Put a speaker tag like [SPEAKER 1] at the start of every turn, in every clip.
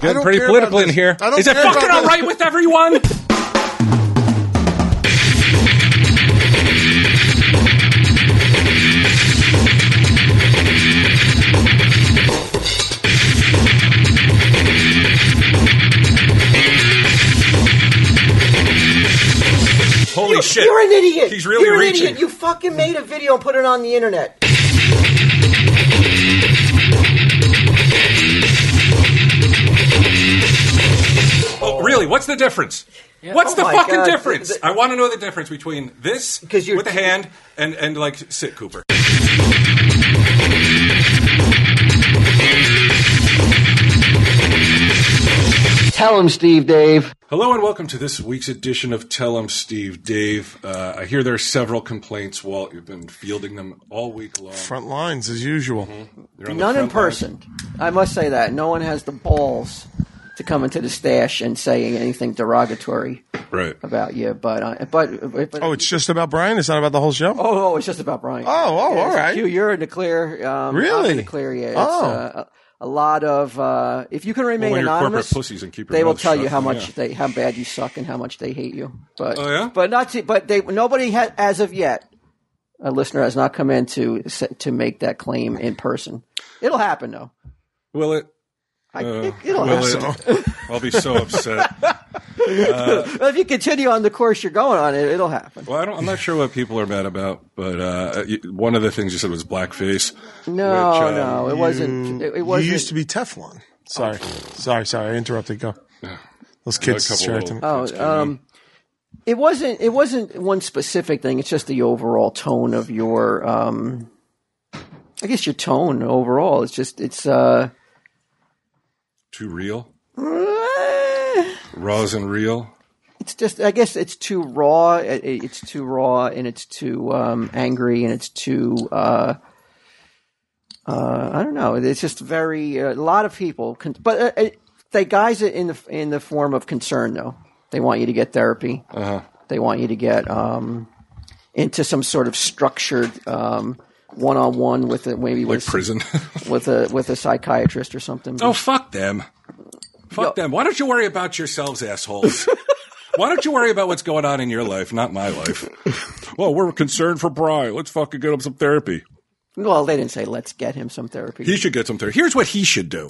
[SPEAKER 1] Getting
[SPEAKER 2] don't
[SPEAKER 1] pretty
[SPEAKER 2] care
[SPEAKER 1] political
[SPEAKER 2] about
[SPEAKER 1] in
[SPEAKER 2] this.
[SPEAKER 1] here.
[SPEAKER 2] I don't
[SPEAKER 1] Is it
[SPEAKER 2] care about
[SPEAKER 1] fucking all
[SPEAKER 2] this.
[SPEAKER 1] right with everyone? Holy shit!
[SPEAKER 3] You're an idiot.
[SPEAKER 1] He's really
[SPEAKER 3] You're an
[SPEAKER 1] reaching.
[SPEAKER 3] idiot. You fucking made a video and put it on the internet.
[SPEAKER 1] Oh, really? What's the difference? What's
[SPEAKER 3] Oh
[SPEAKER 1] the
[SPEAKER 3] my
[SPEAKER 1] fucking
[SPEAKER 3] God.
[SPEAKER 1] difference?
[SPEAKER 3] The- the-
[SPEAKER 1] I want to know the difference between this
[SPEAKER 3] 'Cause you're-
[SPEAKER 1] with the hand and and like sit Cooper.
[SPEAKER 3] Tell him, Steve Dave.
[SPEAKER 1] Hello and welcome to this week's edition of Tell 'em Steve Dave. Uh, I hear there are several complaints, Walt. You've been fielding them all week long.
[SPEAKER 2] Front lines as usual.
[SPEAKER 1] They're on the
[SPEAKER 3] None in
[SPEAKER 1] front line.
[SPEAKER 3] person. I must say that. No one has the balls to come into the stash and say anything derogatory
[SPEAKER 1] Right.
[SPEAKER 3] about you. But, uh, but, but
[SPEAKER 2] Oh, it's just about Brian. It's not about the whole show.
[SPEAKER 3] Oh, oh, it's just about Brian.
[SPEAKER 2] Oh, oh,
[SPEAKER 3] Yeah,
[SPEAKER 2] all
[SPEAKER 3] it's-
[SPEAKER 2] right.
[SPEAKER 3] You, you're in the clear. Um, I'm in
[SPEAKER 2] Really?
[SPEAKER 3] the clear. Yeah. It's,
[SPEAKER 2] Oh.
[SPEAKER 3] uh, a a lot of uh, if you can remain
[SPEAKER 1] Well, when you're corporate
[SPEAKER 3] anonymous,
[SPEAKER 1] pussies and keep your
[SPEAKER 3] they will
[SPEAKER 1] mouth
[SPEAKER 3] tell
[SPEAKER 1] shut,
[SPEAKER 3] you how
[SPEAKER 1] then
[SPEAKER 3] much
[SPEAKER 1] yeah.
[SPEAKER 3] they how bad you suck and how much they hate you. But
[SPEAKER 1] Oh, yeah?
[SPEAKER 3] but not to, but they nobody has as of yet. A listener has not come in to s- to make that claim in person. It'll happen though.
[SPEAKER 1] Will it?
[SPEAKER 3] I,
[SPEAKER 1] Uh,
[SPEAKER 3] it, it'll
[SPEAKER 1] will
[SPEAKER 3] happen.
[SPEAKER 1] it? I'll be so upset.
[SPEAKER 3] If you continue on the course you're going on, it, it'll happen.
[SPEAKER 1] Well, I don't, I'm not sure what people are mad about, but uh, you- one of the things you said was blackface.
[SPEAKER 3] No,
[SPEAKER 1] Which, um,
[SPEAKER 3] no, it wasn't. It, it wasn't.
[SPEAKER 2] You used to be Teflon. Sorry, sorry, sorry. I interrupted. Go. Those kids
[SPEAKER 1] couple
[SPEAKER 2] distracted me.
[SPEAKER 1] little
[SPEAKER 3] Oh,
[SPEAKER 1] kids came in.
[SPEAKER 3] um, it wasn't. It wasn't one specific thing. It's just the overall tone of your. Um, I guess your tone overall. It's just. It's. Uh,
[SPEAKER 1] too real, raws and real.
[SPEAKER 3] it's just. I guess it's too raw. It, it- it's too raw, and it's too um, angry, and it's too. Uh, uh, I don't know. It's just very. uh, A lot of people, con- but uh, it, they guise it in the in the form of concern, though. They want you to get therapy.
[SPEAKER 1] Uh-huh.
[SPEAKER 3] They want you to get um, into some sort of structured one on one with a, maybe
[SPEAKER 1] Like
[SPEAKER 3] with,
[SPEAKER 1] prison.
[SPEAKER 3] with a with a psychiatrist or something.
[SPEAKER 1] oh, fuck them. Fuck
[SPEAKER 3] Yo.
[SPEAKER 1] them. Why don't you worry about yourselves, assholes? Why don't you worry about what's going on in your life, not my life? Well, we're concerned for Brian. Let's fucking get him some therapy.
[SPEAKER 3] Well, they didn't say let's get him some therapy.
[SPEAKER 1] He should get some therapy. Here's what he should do.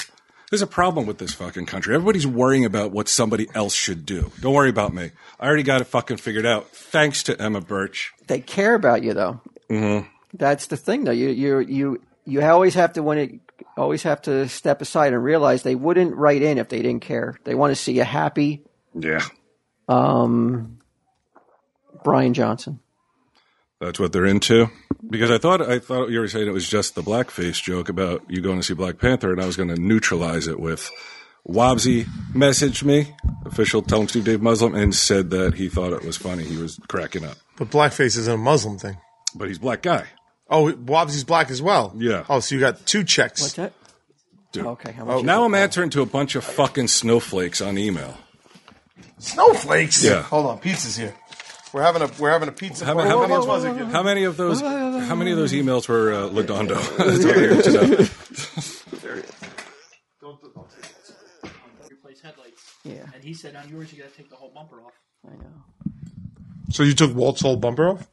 [SPEAKER 1] There's a problem with this fucking country. Everybody's worrying about what somebody else should do. Don't worry about me. I already got it fucking figured out. Thanks to Emma Birch.
[SPEAKER 3] they care about you though. Mm-hmm. That's the thing though. You you you you always have to when it always have to step aside and realize they wouldn't write in if they didn't care. They want to see a happy
[SPEAKER 1] Yeah.
[SPEAKER 3] Brian Johnson.
[SPEAKER 1] That's what they're into. Because I thought I thought you were saying it was just the blackface joke about you going to see Black Panther, and I was going to neutralize it with Wobsy messaged me, official Tell him Steve Dave Muslim, and said that he thought it was funny. He was cracking up,
[SPEAKER 2] But blackface isn't a Muslim thing.
[SPEAKER 1] but he's a black guy.
[SPEAKER 2] Oh, Wobsey's black as well.
[SPEAKER 1] Yeah.
[SPEAKER 2] Oh, so you got two checks.
[SPEAKER 3] What's that?
[SPEAKER 1] Dude. Oh,
[SPEAKER 3] Okay, how much? you-
[SPEAKER 1] Now I'm answering to a bunch of fucking snowflakes on email.
[SPEAKER 2] Snowflakes.
[SPEAKER 1] Yeah.
[SPEAKER 2] Hold on, pizza's here. We're having a we're having a pizza.
[SPEAKER 1] How,
[SPEAKER 2] party.
[SPEAKER 1] how many,
[SPEAKER 2] else was it?
[SPEAKER 1] how many of those? How many of those emails were uh, Ladondo? That's all I need to know.
[SPEAKER 4] replace headlights.
[SPEAKER 3] Yeah.
[SPEAKER 4] And he said on yours you gotta take the whole bumper off.
[SPEAKER 3] I know.
[SPEAKER 2] So you took Walt's whole bumper off?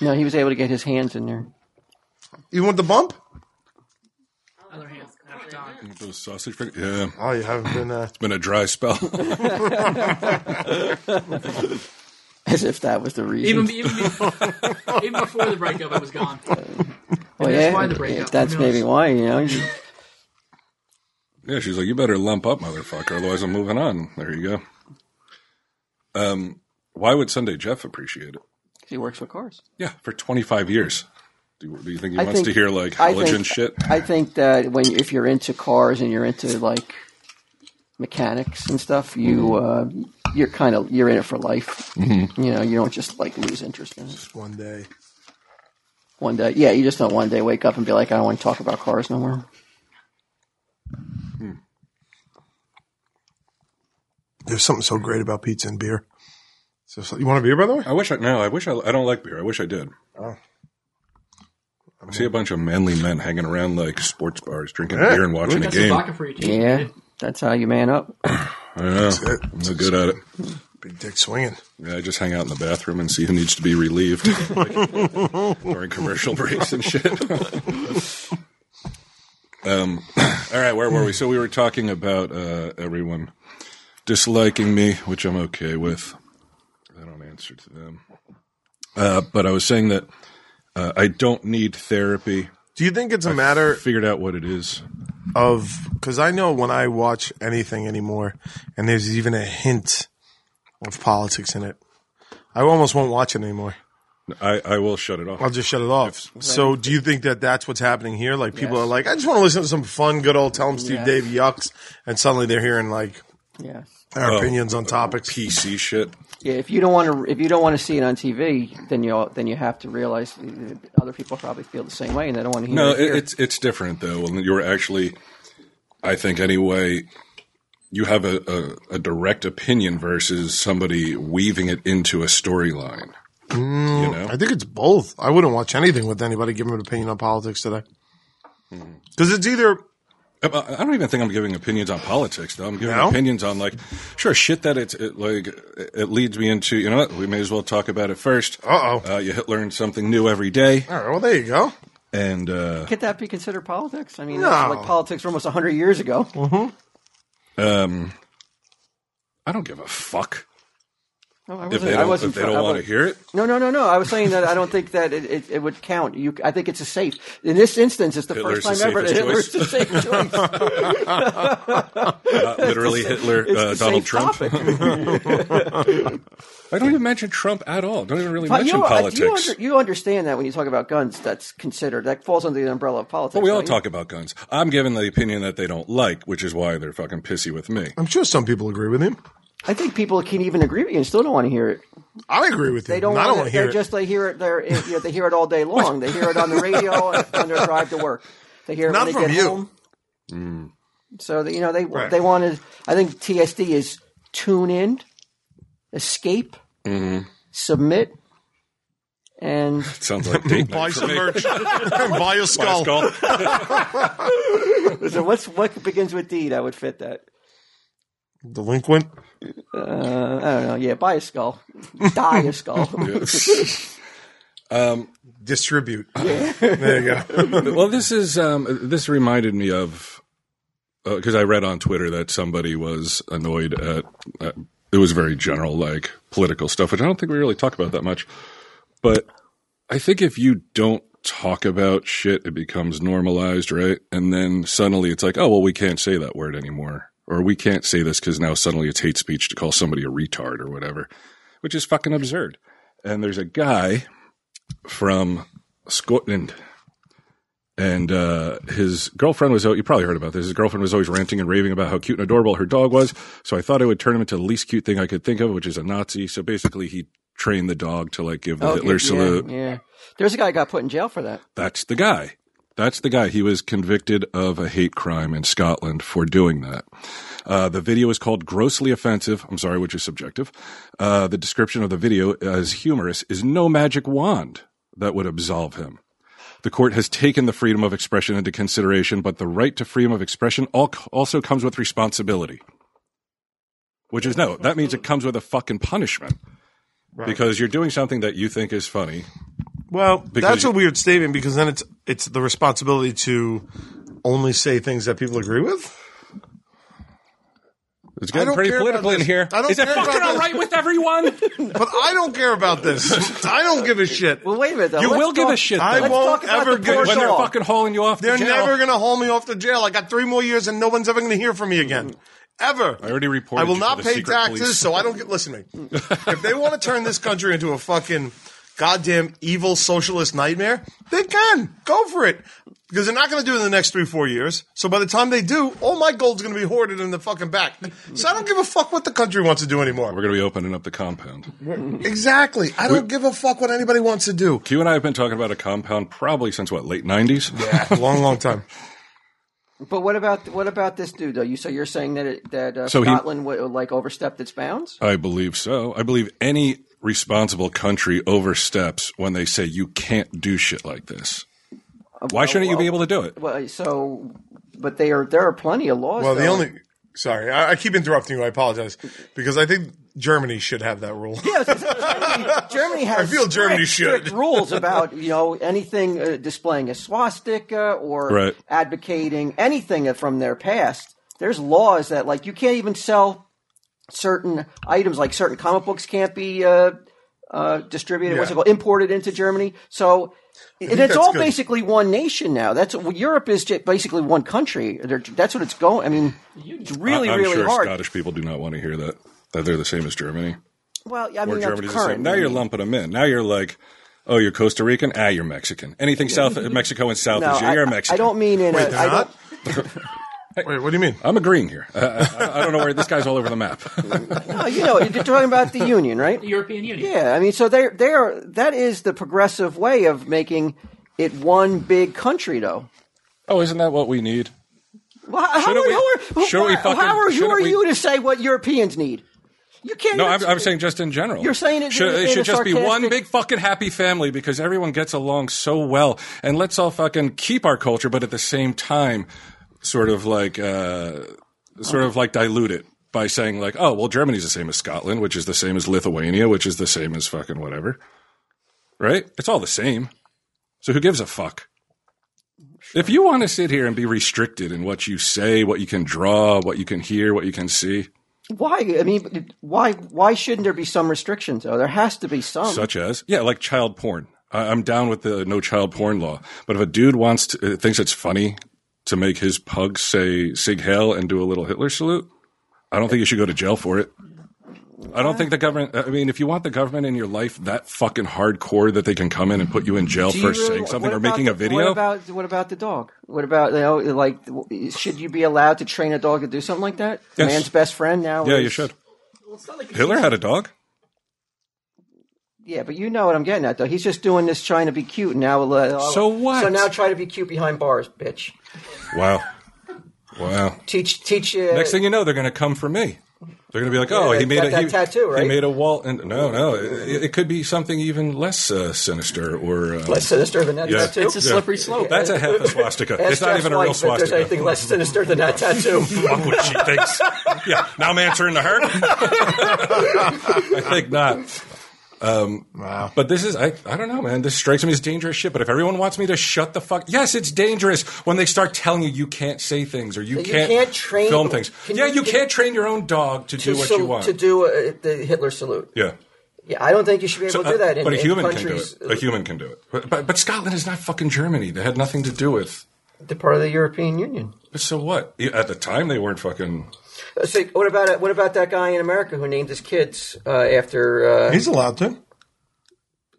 [SPEAKER 3] No, he was able to get his hands in there.
[SPEAKER 2] You want the bump?
[SPEAKER 4] Other hand, half done.
[SPEAKER 1] Those sausage. fingers. Yeah, it's
[SPEAKER 2] Oh, you haven't been. Uh,
[SPEAKER 1] been a dry spell.
[SPEAKER 3] As if that was the reason.
[SPEAKER 4] Even be- even, be- even before the breakup, I was gone.
[SPEAKER 3] Well,
[SPEAKER 4] that's
[SPEAKER 3] Oh, yeah,
[SPEAKER 4] why the breakup.
[SPEAKER 3] That's
[SPEAKER 4] Who knows?
[SPEAKER 3] maybe why, you know. you-
[SPEAKER 1] Yeah, she's like, you better lump up, motherfucker, otherwise I'm moving on. There you go. Um, why would Sunday Jeff appreciate it?
[SPEAKER 3] He works with cars.
[SPEAKER 1] Yeah, for 25 years. Do you, do you think he
[SPEAKER 3] I
[SPEAKER 1] wants
[SPEAKER 3] think-
[SPEAKER 1] to hear like
[SPEAKER 3] I
[SPEAKER 1] halogen
[SPEAKER 3] think-
[SPEAKER 1] shit?
[SPEAKER 3] I think that when if you're into cars and you're into like mechanics and stuff, you uh,
[SPEAKER 1] Mm-hmm.
[SPEAKER 3] you're kind of you're in it for life. You know, you don't just like lose interest in it
[SPEAKER 2] one day.
[SPEAKER 3] one day. Yeah, you just don't one day wake up and be like, I don't want to talk about cars no more.
[SPEAKER 2] There's something so great about pizza and beer. So, so- you want a beer, by the way?
[SPEAKER 1] I wish I no. I wish I. I don't like beer. I wish I did.
[SPEAKER 2] Oh.
[SPEAKER 1] I see a bunch of manly men hanging around like sports bars, drinking
[SPEAKER 2] Yeah.
[SPEAKER 1] beer and watching a
[SPEAKER 4] Got some
[SPEAKER 1] game.
[SPEAKER 4] vodka for you. too.
[SPEAKER 3] Yeah, That's how you man up.
[SPEAKER 1] I don't know.
[SPEAKER 2] it.
[SPEAKER 1] I'm no good at it.
[SPEAKER 2] Big dick swinging.
[SPEAKER 1] Yeah, I just hang out in the bathroom and see who needs to be relieved during commercial breaks and shit. um, all right, where were we? So we were talking about uh, everyone disliking me, which I'm okay with. I don't answer to them. Uh, but I was saying that uh, I don't need therapy.
[SPEAKER 2] Do you think it's a matter
[SPEAKER 1] Figured out what it is.
[SPEAKER 2] of because I know when I watch anything anymore, and there's even a hint of politics in it, I almost won't watch it anymore.
[SPEAKER 1] I, I will shut it off.
[SPEAKER 2] I'll just shut it off. So, do you think that that's what's happening here? Like, people are like, I just want to listen to some fun, good old Tell 'em Steve
[SPEAKER 3] Yeah.
[SPEAKER 2] Dave yucks, and suddenly they're hearing like
[SPEAKER 3] Yes.
[SPEAKER 1] Oh.
[SPEAKER 2] our opinions on topics.
[SPEAKER 1] PC shit.
[SPEAKER 3] Yeah, if you don't want to, if you don't want to see it on TV, then you then you have to realize that other people probably feel the same way, and they don't want to hear.
[SPEAKER 1] No,
[SPEAKER 3] it here.
[SPEAKER 1] it, it's it's different though. When you're actually, I think anyway, you have a, a, a direct opinion versus somebody weaving it into a storyline. you know,
[SPEAKER 2] Mm, I think it's both. I wouldn't watch anything with anybody giving an opinion on politics today because it's either
[SPEAKER 1] I I don't even think I'm giving opinions on politics though. I'm giving
[SPEAKER 2] No?
[SPEAKER 1] opinions on like, sure, shit that it's it, like it leads me into. You know, what? we may as well talk about it first.
[SPEAKER 2] Uh-oh.
[SPEAKER 1] Uh, you hit- learn something new every day,
[SPEAKER 2] all right. Well, there you go.
[SPEAKER 1] and uh,
[SPEAKER 3] Could that be considered politics? I mean,
[SPEAKER 2] No.
[SPEAKER 3] that's like politics from almost 100 years ago.
[SPEAKER 1] um, I don't give a fuck
[SPEAKER 3] No, I
[SPEAKER 1] if
[SPEAKER 3] wasn't,
[SPEAKER 1] they
[SPEAKER 3] I
[SPEAKER 1] don't,
[SPEAKER 3] wasn't
[SPEAKER 1] if they
[SPEAKER 3] for-
[SPEAKER 1] don't
[SPEAKER 3] I
[SPEAKER 1] want to
[SPEAKER 3] was-
[SPEAKER 1] hear it.
[SPEAKER 3] No, no, no, no. I was saying that I don't think that it, it, it would count. You, I think it's a safe. In this instance, it's the
[SPEAKER 1] Hitler's
[SPEAKER 3] first
[SPEAKER 1] the
[SPEAKER 3] time ever that Hitler's
[SPEAKER 1] safest
[SPEAKER 3] the safe choice.
[SPEAKER 1] Not Uh, literally Hitler,
[SPEAKER 3] It's
[SPEAKER 1] uh,
[SPEAKER 3] the
[SPEAKER 1] Donald
[SPEAKER 3] safe
[SPEAKER 1] Trump.
[SPEAKER 3] topic.
[SPEAKER 1] I don't even mention Trump at all. Don't even really
[SPEAKER 3] But
[SPEAKER 1] mention
[SPEAKER 3] you, uh, do you,
[SPEAKER 1] politics.
[SPEAKER 3] under, you understand that when you talk about guns, that's considered that falls under the umbrella of politics.
[SPEAKER 1] but we all
[SPEAKER 3] don't you?
[SPEAKER 1] talk about guns. I'm giving the opinion that they don't like, which is why they're fucking pissy with me.
[SPEAKER 2] I'm sure some people agree with him.
[SPEAKER 3] I think people can even agree with you and still don't want to hear it.
[SPEAKER 2] I agree with you.
[SPEAKER 3] They don't.
[SPEAKER 2] I
[SPEAKER 3] want
[SPEAKER 2] don't
[SPEAKER 3] it.
[SPEAKER 2] want to hear
[SPEAKER 3] they
[SPEAKER 2] it.
[SPEAKER 3] Just they hear it. They're, you know, they hear it all day long. they hear it on the radio on their drive to work. They hear it
[SPEAKER 2] Not
[SPEAKER 3] when they
[SPEAKER 2] from
[SPEAKER 3] get
[SPEAKER 2] you.
[SPEAKER 3] home.
[SPEAKER 1] Mm.
[SPEAKER 3] So they, you know they
[SPEAKER 2] Right.
[SPEAKER 3] they wanted. I think TSD is tune in, escape,
[SPEAKER 1] Mm-hmm.
[SPEAKER 3] submit, and
[SPEAKER 1] It sounds like date
[SPEAKER 2] buy
[SPEAKER 1] night for
[SPEAKER 2] some
[SPEAKER 1] me.
[SPEAKER 2] merch. buy a skull.
[SPEAKER 1] Skull.
[SPEAKER 3] so what's what begins with D that would fit that.
[SPEAKER 2] Delinquent.
[SPEAKER 3] Uh, I don't know. Yeah, buy a skull, die a skull.
[SPEAKER 2] Distribute. there you go.
[SPEAKER 1] well, this is um, this reminded me of because I read on Twitter that somebody was annoyed at uh, it was very general, like political stuff, which I don't think we really talk about that much. But I think if you don't talk about shit, it becomes normalized, right? And then suddenly it's like, oh well, we can't say that word anymore, or we can't say this because now suddenly it's hate speech to call somebody a retard or whatever, which is fucking absurd. And there's a guy from Scotland and uh, his girlfriend was. You probably heard about this. His girlfriend was always ranting and raving about how cute and adorable her dog was. So I thought I would turn him into the least cute thing I could think of, which is a Nazi. So basically, he trained the dog to like give the
[SPEAKER 3] Okay,
[SPEAKER 1] Hitler salute.
[SPEAKER 3] Oh, Yeah, yeah. There's a guy who got put in jail for that.
[SPEAKER 1] That's the guy. That's the guy. He was convicted of a hate crime in Scotland for doing that. Uh, the video is called grossly offensive. I'm sorry, which is subjective. Uh, the description of the video as humorous is no magic wand that would absolve him. The court has taken the freedom of expression into consideration, but the right to freedom of expression al- also comes with responsibility. Which is no, that means it comes with a fucking punishment. Because you're doing something that you think is funny.
[SPEAKER 2] Well, that's
[SPEAKER 1] you-
[SPEAKER 2] a weird statement because then it's it's the responsibility to only say things that people agree with.
[SPEAKER 1] It's
[SPEAKER 2] I
[SPEAKER 1] getting
[SPEAKER 2] don't
[SPEAKER 1] pretty
[SPEAKER 2] care about
[SPEAKER 1] political in
[SPEAKER 2] this.
[SPEAKER 1] here.
[SPEAKER 2] I don't
[SPEAKER 1] Is it
[SPEAKER 2] care about
[SPEAKER 1] fucking all
[SPEAKER 2] this.
[SPEAKER 1] right with everyone?
[SPEAKER 2] But I don't care about this. I don't give a shit.
[SPEAKER 3] Well, wait a minute. Though.
[SPEAKER 1] You
[SPEAKER 3] Let's
[SPEAKER 1] will give
[SPEAKER 3] talk-
[SPEAKER 1] a shit,
[SPEAKER 2] I
[SPEAKER 1] though.
[SPEAKER 3] Let's
[SPEAKER 2] won't
[SPEAKER 3] talk about
[SPEAKER 2] ever
[SPEAKER 3] the
[SPEAKER 2] give a
[SPEAKER 3] poor
[SPEAKER 1] when
[SPEAKER 2] shit.
[SPEAKER 1] they're
[SPEAKER 3] dog.
[SPEAKER 1] fucking hauling you off to
[SPEAKER 2] They're
[SPEAKER 1] jail.
[SPEAKER 2] never going to haul me off to jail. I got three more years and no one's ever going to hear from me again. Ever.
[SPEAKER 1] I already reported
[SPEAKER 2] I will
[SPEAKER 1] you
[SPEAKER 2] not
[SPEAKER 1] to the
[SPEAKER 2] pay
[SPEAKER 1] secret
[SPEAKER 2] taxes,
[SPEAKER 1] police.
[SPEAKER 2] so I don't get. Listen to me. if they want to turn this country into a fucking goddamn evil socialist nightmare, they can. Go for it. Because they're not going to do it in the next three, four years. So by the time they do, all my gold's going to be hoarded in the fucking back. So I don't give a fuck what the country wants to do anymore.
[SPEAKER 1] We're going to be opening up the compound.
[SPEAKER 2] Exactly. I don't give a fuck what anybody wants to do.
[SPEAKER 1] Q and I have been talking about a compound probably since what late nineties.
[SPEAKER 2] Yeah, long, long time.
[SPEAKER 3] But what about what about this dude though? You so you're saying that it, that uh,
[SPEAKER 1] So he-
[SPEAKER 3] Scotland would like overstepped its bounds?
[SPEAKER 1] I believe so. I believe any responsible country oversteps when they say you can't do shit like this. Why shouldn't you be able to do it?
[SPEAKER 3] Well, so but they are there are plenty of laws.
[SPEAKER 2] Well, the
[SPEAKER 3] though.
[SPEAKER 2] only Sorry, I, I keep interrupting you. I apologize because I think Germany should have that rule.
[SPEAKER 3] Yeah, I was gonna say, Germany has.
[SPEAKER 2] I feel Germany
[SPEAKER 3] strict, strict
[SPEAKER 2] should.
[SPEAKER 3] rules about you know anything uh, displaying a swastika or
[SPEAKER 1] Right.
[SPEAKER 3] advocating anything from their past. There's laws that like you can't even sell certain items, like certain comic books can't be uh, uh, distributed. What's
[SPEAKER 2] Yeah.
[SPEAKER 3] it called? Imported into Germany. So. And it's
[SPEAKER 2] that's
[SPEAKER 3] all
[SPEAKER 2] good.
[SPEAKER 3] basically one nation now. That's well, Europe is just basically one country. They're- That's what it's going. I mean, it's really,
[SPEAKER 1] I'm
[SPEAKER 3] really
[SPEAKER 1] sure
[SPEAKER 3] hard.
[SPEAKER 1] Scottish people do not want to hear that that they're the same as Germany
[SPEAKER 3] well, I
[SPEAKER 1] or
[SPEAKER 3] mean, that's
[SPEAKER 1] Germany's the
[SPEAKER 3] current.
[SPEAKER 1] same. Now you're lumping them in. Now you're like, oh, you're Costa Rican. Ah, you're Mexican. Anything south Mexico and south
[SPEAKER 3] No,
[SPEAKER 1] is
[SPEAKER 3] I,
[SPEAKER 1] you're
[SPEAKER 3] I-
[SPEAKER 1] Mexican.
[SPEAKER 3] I don't mean in a.
[SPEAKER 2] They're
[SPEAKER 3] I don't,
[SPEAKER 2] not? Wait, what do you mean?
[SPEAKER 1] I'm agreeing here. I, I, I don't know where this guy's all over the map.
[SPEAKER 3] No, you know, you're talking about the union, right?
[SPEAKER 4] The European Union.
[SPEAKER 3] Yeah, I mean, so they they are that is the progressive way of making it one big country, though.
[SPEAKER 1] oh, isn't that what we need?
[SPEAKER 3] Well, how, how,
[SPEAKER 1] Shouldn't we-
[SPEAKER 3] are- who are,
[SPEAKER 1] shouldn't we
[SPEAKER 3] how
[SPEAKER 1] fucking-
[SPEAKER 3] are who
[SPEAKER 1] shouldn't
[SPEAKER 3] are
[SPEAKER 1] we-
[SPEAKER 3] you to say what Europeans need? You can't.
[SPEAKER 1] No,
[SPEAKER 3] even-
[SPEAKER 1] I'm, I'm saying just in general.
[SPEAKER 3] You're saying it
[SPEAKER 1] should,
[SPEAKER 3] in- in
[SPEAKER 1] should
[SPEAKER 3] a
[SPEAKER 1] just be one
[SPEAKER 3] sarcastic-
[SPEAKER 1] big fucking happy family because everyone gets along so well, and let's all fucking keep our culture, but at the same time, sort of like, uh, sort of like dilute it by saying like, oh, well, Germany's the same as Scotland, which is the same as Lithuania, which is the same as fucking whatever, right? It's all the same. So who gives a fuck? If you want to sit here and be restricted in what you say, what you can draw, what you can hear, what you can see,
[SPEAKER 3] why. I mean, why why shouldn't there be some restrictions? Though there has to be some.
[SPEAKER 1] such as yeah, like child porn. I, I'm down with the no child porn law, but if a dude wants to, uh, thinks it's funny to make his pug say "Sig Hail" and do a little Hitler salute, I don't think you should go to jail for it. I don't think the government. I mean, if you want the government in your life that fucking hardcore that they can come in and put you in jail
[SPEAKER 3] Do
[SPEAKER 1] for
[SPEAKER 3] you really-
[SPEAKER 1] saying something
[SPEAKER 3] what
[SPEAKER 1] or
[SPEAKER 3] about
[SPEAKER 1] making a
[SPEAKER 3] the-
[SPEAKER 1] video,
[SPEAKER 3] What about what about the dog? What about you know, like, should you be allowed to train a dog to do something like that?
[SPEAKER 1] Yes.
[SPEAKER 3] Man's best friend now.
[SPEAKER 1] yeah,
[SPEAKER 3] is-
[SPEAKER 1] you should.
[SPEAKER 4] Well, it's not like
[SPEAKER 1] Hitler had a dog.
[SPEAKER 3] Yeah, but you know what I'm getting at, though. He's just doing this trying to be cute. and Now, uh,
[SPEAKER 1] So what?
[SPEAKER 3] So now try to be cute behind bars, bitch.
[SPEAKER 1] Wow, wow.
[SPEAKER 3] Teach, teach. Uh,
[SPEAKER 1] Next thing you know, they're going to come for me. They're going to be like, "Oh,
[SPEAKER 3] Yeah,
[SPEAKER 1] he
[SPEAKER 3] that-
[SPEAKER 1] made a
[SPEAKER 3] that
[SPEAKER 1] he,
[SPEAKER 3] tattoo, right?"
[SPEAKER 1] He made a wall." And no, no, it, it could be something even less uh, sinister or uh,
[SPEAKER 3] less sinister than that
[SPEAKER 1] Yeah.
[SPEAKER 3] tattoo.
[SPEAKER 4] It's a slippery slope.
[SPEAKER 1] That's a half a swastica.
[SPEAKER 3] Ask
[SPEAKER 1] it's not
[SPEAKER 3] Jeff
[SPEAKER 1] even a
[SPEAKER 3] White
[SPEAKER 1] real
[SPEAKER 3] if There's anything
[SPEAKER 1] swastika.
[SPEAKER 3] less sinister than that tattoo.
[SPEAKER 1] Fuck what she thinks. Yeah, now I'm answering to her. I think not. Um,
[SPEAKER 2] Wow.
[SPEAKER 1] But this is, I, I don't know, man. This strikes me as dangerous shit. But if everyone wants me to shut the fuck, yes, it's dangerous when they start telling you you can't say things or you,
[SPEAKER 3] You
[SPEAKER 1] can't,
[SPEAKER 3] can't train-
[SPEAKER 1] film things.
[SPEAKER 3] can
[SPEAKER 1] yeah,
[SPEAKER 3] you-
[SPEAKER 1] you,
[SPEAKER 3] can-
[SPEAKER 1] can't train your own dog to, do what
[SPEAKER 3] So-
[SPEAKER 1] you want.
[SPEAKER 3] to do uh, the Hitler salute.
[SPEAKER 1] yeah.
[SPEAKER 3] Yeah, I don't think you should be able to do
[SPEAKER 1] uh,
[SPEAKER 3] that. In,
[SPEAKER 1] but a
[SPEAKER 3] in
[SPEAKER 1] human can do
[SPEAKER 3] countries, uh,
[SPEAKER 1] it. A human can do it. But, but, but Scotland is not fucking Germany. They had nothing to do with.
[SPEAKER 3] uh, the part of the European Union.
[SPEAKER 1] But so what? At the time, they weren't fucking.
[SPEAKER 3] Uh, So what about what about that guy in America who named his kids uh, after? Uh,
[SPEAKER 2] He's allowed to.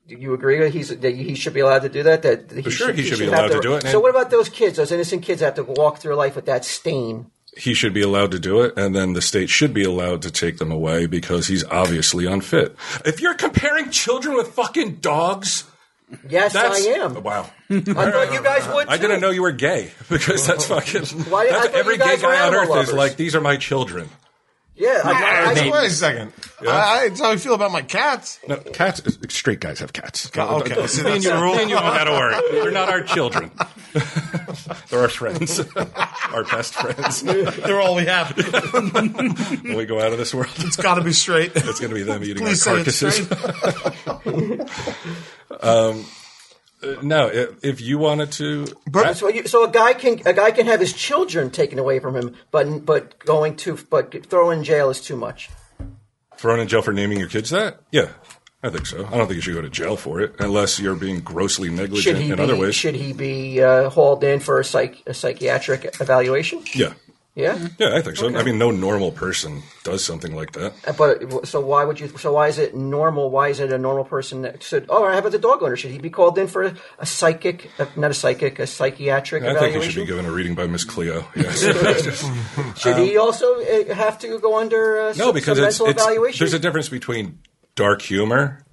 [SPEAKER 3] do you agree that he's that he should be allowed to do that? That he
[SPEAKER 1] sure he should be
[SPEAKER 3] have
[SPEAKER 1] allowed to do it,
[SPEAKER 3] So
[SPEAKER 1] and-
[SPEAKER 3] what about those kids? Those innocent kids have to walk through life with that stain.
[SPEAKER 1] he should be allowed to do it, and then the state should be allowed to take them away because he's obviously unfit. If you're comparing children with fucking dogs,
[SPEAKER 3] Yes,
[SPEAKER 1] that's
[SPEAKER 3] I am.
[SPEAKER 1] wow.
[SPEAKER 3] I thought you guys would. Too.
[SPEAKER 1] I didn't know you were gay because that's fucking.
[SPEAKER 3] Why- I
[SPEAKER 1] that's-
[SPEAKER 3] thought you
[SPEAKER 1] every gay
[SPEAKER 3] guys were
[SPEAKER 1] guy on earth
[SPEAKER 3] animal
[SPEAKER 1] is
[SPEAKER 3] lovers.
[SPEAKER 1] like, these are my children.
[SPEAKER 3] Yeah, I, I,
[SPEAKER 2] wait a second. I, I, that's how I feel about my cats.
[SPEAKER 1] No, cats. Straight guys have cats.
[SPEAKER 2] Okay, so
[SPEAKER 1] Me and
[SPEAKER 2] that's
[SPEAKER 1] you,
[SPEAKER 2] the rule.
[SPEAKER 1] me and you don't gotta worry. They're not our children. They're our friends, our best friends.
[SPEAKER 2] They're all we have.
[SPEAKER 1] When we go out of this world,
[SPEAKER 2] It's got to be straight.
[SPEAKER 1] it's gonna be them eating
[SPEAKER 2] Please say
[SPEAKER 1] our
[SPEAKER 2] it's
[SPEAKER 1] carcasses.
[SPEAKER 2] straight.
[SPEAKER 1] No, i- if you wanted to,
[SPEAKER 2] But-
[SPEAKER 3] so, you, so a guy can a guy can have his children taken away from him, but but going to but throw in jail is too much.
[SPEAKER 1] thrown in jail for naming your kids that? Yeah, I think so. I don't think you should go to jail for it unless you're being grossly
[SPEAKER 3] Should
[SPEAKER 1] negligent
[SPEAKER 3] he
[SPEAKER 1] in
[SPEAKER 3] be
[SPEAKER 1] other ways.
[SPEAKER 3] should he be uh, hauled in for a psych a psychiatric evaluation?
[SPEAKER 1] yeah,
[SPEAKER 3] Yeah.
[SPEAKER 1] yeah, I think so. I mean, no normal person does something like that.
[SPEAKER 3] But so why would you? So why is it normal? Why is it a normal person that should? Oh, how about the dog owner? Should he be called in for a, a psychic? uh not a psychic, a psychiatric
[SPEAKER 1] I think
[SPEAKER 3] evaluation?
[SPEAKER 1] he should be given a reading by Miss Cleo. Yes.
[SPEAKER 3] Should he also uh, have to go under uh,
[SPEAKER 1] um, no,
[SPEAKER 3] some-
[SPEAKER 1] because
[SPEAKER 3] some
[SPEAKER 1] it's,
[SPEAKER 3] mental
[SPEAKER 1] it's-
[SPEAKER 3] evaluation?
[SPEAKER 1] there's a difference between dark humor